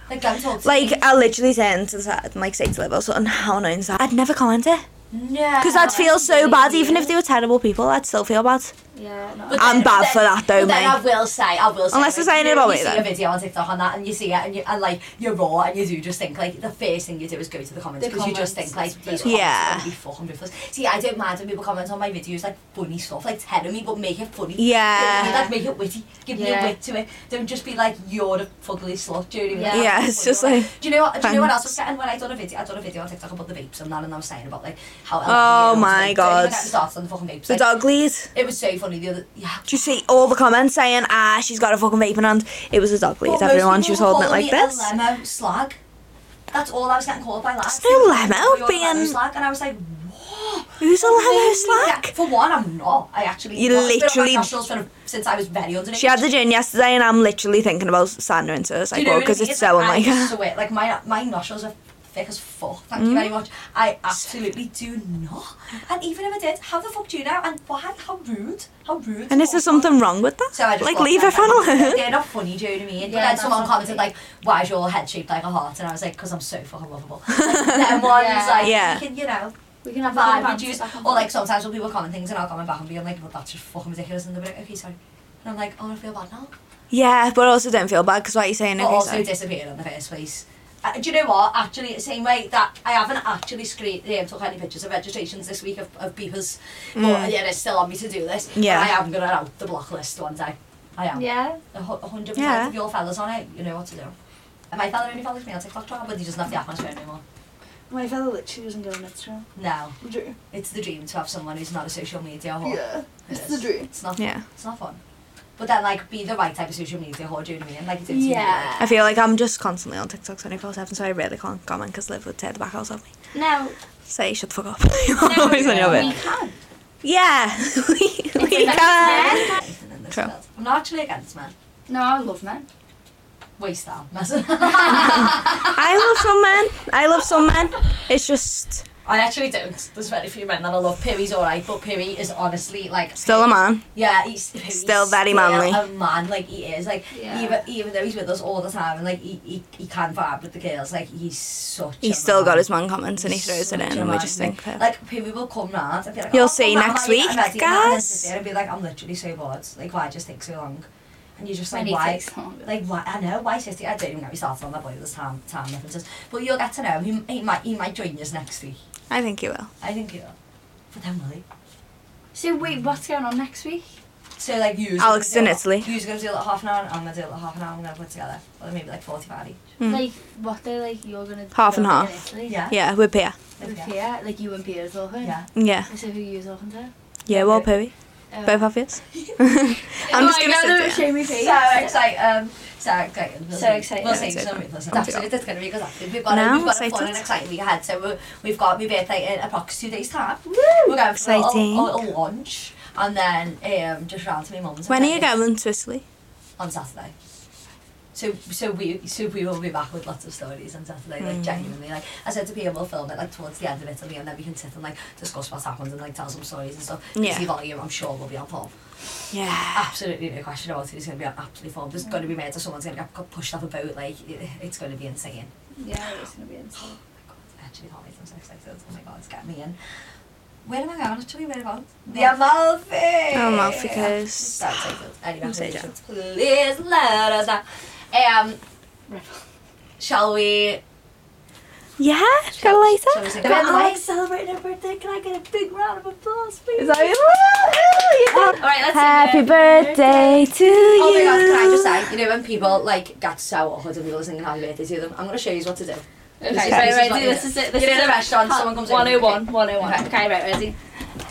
Speaker 1: Like, them talk to
Speaker 2: Like
Speaker 1: me.
Speaker 2: I literally turn to the side and like say to Liv or something, how annoying is that? I'd never comment it.
Speaker 1: No.
Speaker 2: Because I'd feel so bad, even if they were terrible people, I'd still feel bad.
Speaker 3: yeah, no,
Speaker 1: But
Speaker 2: I'm
Speaker 1: then-
Speaker 2: bad
Speaker 1: but
Speaker 2: for that though,
Speaker 1: but then I
Speaker 2: mate.
Speaker 1: will say, I will say.
Speaker 2: Unless
Speaker 1: like,
Speaker 2: they're saying
Speaker 1: you
Speaker 2: it about
Speaker 1: know,
Speaker 2: me
Speaker 1: you see
Speaker 2: then.
Speaker 1: a video on TikTok on that and you see it and, you, and like, you're raw and you do just think, like, the first thing you do is go to the comments
Speaker 3: The
Speaker 1: because you just
Speaker 3: comments,
Speaker 1: think, like, these
Speaker 3: it's
Speaker 1: comments
Speaker 3: brutal.
Speaker 2: Yeah.
Speaker 1: are going to be fucking ruthless. See, I don't mind when people comment on my videos, like, funny stuff, like, tell me, but make it funny.
Speaker 2: Yeah.
Speaker 1: Like, make it witty. Give me a
Speaker 3: Yeah.
Speaker 1: wit to it. Don't just be like, you're a fugly slut, do you know what I mean?
Speaker 3: Yeah.
Speaker 2: Yeah, it's just like,
Speaker 1: Do you know what? Do you know what else
Speaker 2: Thanks.
Speaker 1: was getting when I done a video? I done a video on TikTok about the vapes and that, and I was saying about like how.
Speaker 2: Oh
Speaker 1: like,
Speaker 2: my
Speaker 1: don't even
Speaker 2: God.
Speaker 1: get me started on the fucking vapes.
Speaker 2: the
Speaker 1: Like,
Speaker 2: dog lead.
Speaker 1: it was so funny the other. Yeah.
Speaker 2: Do you see all the comments saying, ah, she's got a fucking vape in her hand? It was a dog lead,
Speaker 1: But most
Speaker 2: everyone. She
Speaker 1: people
Speaker 2: was holding it
Speaker 1: calling
Speaker 2: like
Speaker 1: me a
Speaker 2: this.
Speaker 1: Lemo slag. That's all I was getting called by lads.
Speaker 2: There's no
Speaker 1: They were
Speaker 2: lemo
Speaker 1: like, "Oh, you're a
Speaker 2: being-
Speaker 1: slag, and I was like,
Speaker 2: Who's a
Speaker 1: "Really?"
Speaker 2: lamo
Speaker 1: Yeah,
Speaker 2: slack?
Speaker 1: for one, I'm not. I actually.
Speaker 2: You
Speaker 1: not. I've been on my
Speaker 2: literally-
Speaker 1: nationals for- since I was very underage.
Speaker 2: She had the gin yesterday, and I'm literally thinking about signing her into a
Speaker 1: Do you
Speaker 2: psych ward
Speaker 1: know what I
Speaker 2: because
Speaker 1: mean?
Speaker 2: it's so
Speaker 1: like,
Speaker 2: unlike
Speaker 1: I
Speaker 2: her. Mm.
Speaker 1: swear, like my my nostrils are thick as fuck. Thank you very much. I absolutely do not. And even if I did, how the fuck do you know? And why? How rude! How rude!
Speaker 2: And is there something wrong with that?
Speaker 1: So I just
Speaker 2: like,
Speaker 1: thought,
Speaker 2: leave her for alone.
Speaker 1: They're not funny, do you know what I mean?
Speaker 3: Yeah,
Speaker 1: but then
Speaker 3: that's
Speaker 1: someone
Speaker 3: not
Speaker 1: commented
Speaker 3: funny.
Speaker 1: like, "Why is your head shaped like a heart?" And I was like, "Cause I'm so fucking lovable." (laughs) Like, then one's
Speaker 3: Yeah.
Speaker 1: like,
Speaker 2: Yeah.
Speaker 1: "You can, you know."
Speaker 3: we can have
Speaker 1: Bad
Speaker 3: bad
Speaker 1: videos. Or like sometimes when people comment things and I'll comment back and be like, well, that's just fucking ridiculous. And they'll be like, okay, sorry. And I'm like, oh, I feel bad now.
Speaker 2: Yeah, but also don't feel bad because what are you saying?
Speaker 1: But
Speaker 2: Okay,
Speaker 1: Oh, also
Speaker 2: sorry.
Speaker 1: disappeared in the first place. Uh, do you know what? Actually, the same way that I haven't actually screen, um, took any pictures of registrations this week of, of beepers,
Speaker 3: Mm.
Speaker 1: but yeah, it's still on me to do list.
Speaker 2: Yeah.
Speaker 1: I am going to out the block list one day. I am.
Speaker 3: Yeah.
Speaker 1: A hu- a hundred
Speaker 2: Yeah.
Speaker 1: percent of your fellas on it, you know what to do. And my fella only follows me on TikTok, John, but he doesn't have the app on his phone anymore.
Speaker 3: My fellow literally doesn't go on Instagram.
Speaker 1: No,
Speaker 3: Drew.
Speaker 1: it's the dream to have someone who's not a social media whore.
Speaker 3: Yeah.
Speaker 1: It
Speaker 3: It's
Speaker 1: is.
Speaker 3: the dream.
Speaker 1: It's not.
Speaker 2: Yeah.
Speaker 1: It's not fun. But then, like, be the right type of social media whore. Do you know what I mean? Like, it's
Speaker 3: Yeah.
Speaker 2: I feel like I'm just constantly on TikTok 24 7, so I really can't comment because Liv would tear the back out of me.
Speaker 3: Now,
Speaker 2: Say, shut the fuck up. (laughs) You're always on your
Speaker 3: we
Speaker 2: bit.
Speaker 3: can.
Speaker 2: Yeah, (laughs) we, we
Speaker 3: against
Speaker 2: can.
Speaker 3: men.
Speaker 1: Anything in this
Speaker 2: True.
Speaker 1: world. I'm not actually against men.
Speaker 3: No, I love men.
Speaker 1: Waste that.
Speaker 2: I love some men. I love some men. It's just
Speaker 1: (laughs) I actually don't. There's very few men that I love. Piri's alright, but Piri is honestly like
Speaker 2: still a man.
Speaker 1: Yeah, he's he's
Speaker 2: Still very manly.
Speaker 1: A man, like he is, like
Speaker 3: Yeah.
Speaker 1: even even though he's with us all the time, and like he he, he can vibe with the girls, like he's such.
Speaker 2: He's
Speaker 1: a
Speaker 2: still
Speaker 1: man.
Speaker 2: got his man comments and he
Speaker 1: He's
Speaker 2: throws it
Speaker 1: such
Speaker 2: in,
Speaker 1: a
Speaker 2: and we
Speaker 1: man.
Speaker 2: just think, "Pip."
Speaker 1: Like people will come round and be like,
Speaker 2: You'll
Speaker 1: "Oh,
Speaker 2: see
Speaker 1: come round,
Speaker 2: next
Speaker 1: I'm ready- I'm
Speaker 2: week,
Speaker 1: ready," And then
Speaker 2: guys.
Speaker 1: sit there and be like, I'm literally so bored. Like why just take so long? And you're just like,
Speaker 3: When he
Speaker 1: why?
Speaker 3: takes longer.
Speaker 1: Like why? I know why sixty. I don't even know he started on that boy this time time references, but you'll get to know him. He, he might he might join us next week.
Speaker 2: I think he will.
Speaker 1: I think he will. But then will he?
Speaker 3: So wait, what's going on next week?
Speaker 1: So like you.
Speaker 2: Alex is in Italy.
Speaker 1: You're gonna do like half an hour, and I'm gonna do like half an hour. and We're gonna put it together, or maybe like 45 each.
Speaker 2: Mm.
Speaker 3: Like what they like you're gonna
Speaker 2: Half and
Speaker 3: go in
Speaker 2: half.
Speaker 3: Italy?
Speaker 1: Yeah.
Speaker 2: Yeah, we're Pia.
Speaker 3: With Pia, like you and Pia talking.
Speaker 1: Yeah.
Speaker 2: Yeah,
Speaker 3: So who you talking to?
Speaker 2: yeah, well, Piri.
Speaker 3: Uh,
Speaker 2: Both of (laughs) us. I'm just gonna sit there.
Speaker 3: me
Speaker 1: So
Speaker 3: face.
Speaker 1: excited! Um, so excited!
Speaker 3: So excited.
Speaker 1: We'll see.
Speaker 2: So
Speaker 1: so
Speaker 2: excited.
Speaker 1: Listen,
Speaker 2: Oh my
Speaker 1: that's
Speaker 2: God.
Speaker 1: it. It's gonna be good. afternoon. We've got
Speaker 2: Now
Speaker 1: a, we've
Speaker 2: I'm
Speaker 1: got a fun
Speaker 2: excited.
Speaker 1: and exciting week ahead. So we're, we've got my birthday in approximately two days' time. Woo! We're going for a
Speaker 2: Exciting.
Speaker 1: little, a little lunch, and then um, just round to my mum's.
Speaker 2: When are you
Speaker 1: okay?
Speaker 2: going to Italy?
Speaker 1: on Saturday. So so we so we will be back with lots of stories on Saturday, like
Speaker 2: Mm.
Speaker 1: genuinely. Like I said to Pia, we'll film it like towards the end of Italy, and then we can sit and like discuss what's happened and like tell some stories and stuff.
Speaker 2: Yeah.
Speaker 1: Yeah. The volume, I'm sure, will be on form.
Speaker 2: Yeah.
Speaker 1: Absolutely no question about it. It's going to be on absolutely form. There's going to be made or someone's going to get pushed off a boat. Like it, it's going to be insane.
Speaker 3: Yeah, it's gonna be insane.
Speaker 1: Oh my god, I actually can't wait. I'm so excited. Oh my god, it's getting me in. Where am I going actually? Where about? The Amalfi!
Speaker 2: Amalfi Coast.
Speaker 1: So excited. Anyway,
Speaker 2: I'm so jealous.
Speaker 1: please let us know. Um, shall we?
Speaker 2: Yeah, go
Speaker 1: Shall- shall we
Speaker 2: later.
Speaker 1: say
Speaker 2: Go on,
Speaker 1: goodbye?
Speaker 3: celebrating her birthday. Can I get a big round of applause, please?
Speaker 2: Is that you?
Speaker 1: All right, let's sing
Speaker 2: Happy
Speaker 1: it.
Speaker 2: birthday to you.
Speaker 1: Oh my god, can I just say, you know when people like get so awkward and people are singing happy birthday to them, I'm gonna show you what to do.
Speaker 3: Okay,
Speaker 1: This is- this
Speaker 3: right,
Speaker 1: is
Speaker 3: right,
Speaker 1: what
Speaker 3: do
Speaker 1: you
Speaker 3: this
Speaker 1: do.
Speaker 3: is it. This
Speaker 1: You're
Speaker 3: is
Speaker 1: in a
Speaker 3: it.
Speaker 1: restaurant,
Speaker 3: Huh,
Speaker 1: someone comes in,
Speaker 3: 101,
Speaker 1: okay.
Speaker 3: 101.
Speaker 1: Okay.
Speaker 3: Okay, right, ready?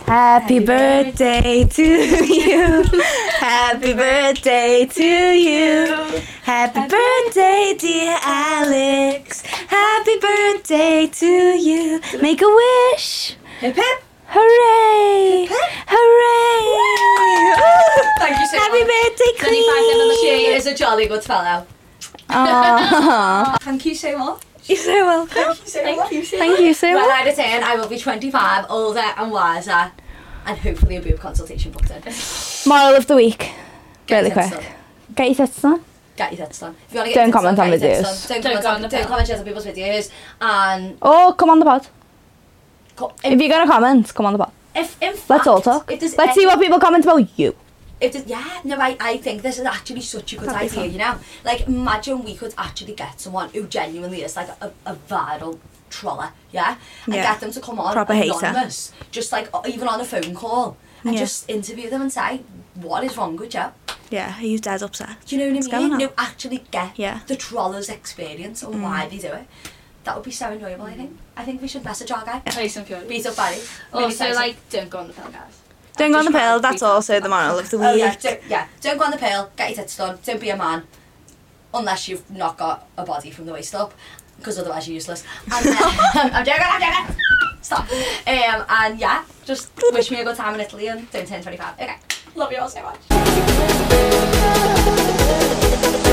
Speaker 2: Happy birthday to you. Happy birthday to you. Happy birthday, dear Alex. Happy birthday to you. Make a wish.
Speaker 1: Hip hip!
Speaker 2: Hooray! Hooray!
Speaker 1: Thank you so
Speaker 2: Happy
Speaker 1: much.
Speaker 2: birthday,
Speaker 1: 25 minutes. She
Speaker 2: Queen.
Speaker 1: is a jolly good fellow. (laughs)
Speaker 2: Aw.
Speaker 1: Thank you so much.
Speaker 2: You're so welcome.
Speaker 1: Thank you so much.
Speaker 3: you so
Speaker 2: Thank you so
Speaker 1: When
Speaker 2: much.
Speaker 1: I return, I will be 25, older and wiser, and hopefully a boob consultation booked in.
Speaker 2: Moral of the week.
Speaker 1: Get
Speaker 2: Really
Speaker 1: your tits
Speaker 2: quick.
Speaker 1: done.
Speaker 2: Get your tits done.
Speaker 1: Get your tits done. If you wanna get your
Speaker 2: Don't
Speaker 1: tits
Speaker 2: comment
Speaker 1: done,
Speaker 2: on
Speaker 1: get your tits
Speaker 2: videos.
Speaker 1: done. Don't, comment
Speaker 3: Don't go
Speaker 1: on,
Speaker 3: on the
Speaker 1: don't
Speaker 3: pill.
Speaker 1: comment on people's videos. And
Speaker 2: Oh, come on the pod.
Speaker 1: co-
Speaker 2: If you're gonna comment, come on the pod.
Speaker 1: if, in fact,
Speaker 2: Let's all talk.
Speaker 1: If there's
Speaker 2: Let's see
Speaker 1: any-
Speaker 2: what people comment about you.
Speaker 1: If there's, yeah, no, I, I think this is actually such a good
Speaker 2: That'd be
Speaker 1: idea,
Speaker 2: fun.
Speaker 1: you know? Like, imagine we could actually get someone who genuinely is like a, a viral troller, yeah? And
Speaker 2: Yeah.
Speaker 1: get them to come on
Speaker 2: Proper hater.
Speaker 1: anonymous, just like uh, even on a phone call, and
Speaker 2: Yeah.
Speaker 1: just interview them and say, what is wrong with you?
Speaker 2: Yeah, are you dead upset?
Speaker 1: Do you know what
Speaker 2: What's
Speaker 1: I mean?
Speaker 2: going on?
Speaker 1: No, actually get
Speaker 2: Yeah. Mm.
Speaker 1: the troller's experience and why they do it. That would be so enjoyable, I think. I think we should message our guy.
Speaker 3: Place and Fury.
Speaker 1: Beat up Barry.
Speaker 2: Oh,
Speaker 1: Maybe
Speaker 3: Also,
Speaker 1: Tyson.
Speaker 3: like, don't go on the pill, guys.
Speaker 2: Don't go on the
Speaker 3: Just
Speaker 2: pill,
Speaker 3: round
Speaker 2: that's
Speaker 3: three
Speaker 2: also
Speaker 3: times.
Speaker 2: the moral of the week.
Speaker 1: Oh yeah, don't, yeah. Don't go on the pill. Get your tits done. Don't be a man, unless you've not got a body from the waist up, because otherwise you're useless. And
Speaker 2: (laughs)
Speaker 1: then, (laughs) I'm joking. I'm joking. Stop. Um, and yeah, just wish me a good time in Italy and don't turn 25. Okay, love you all so much.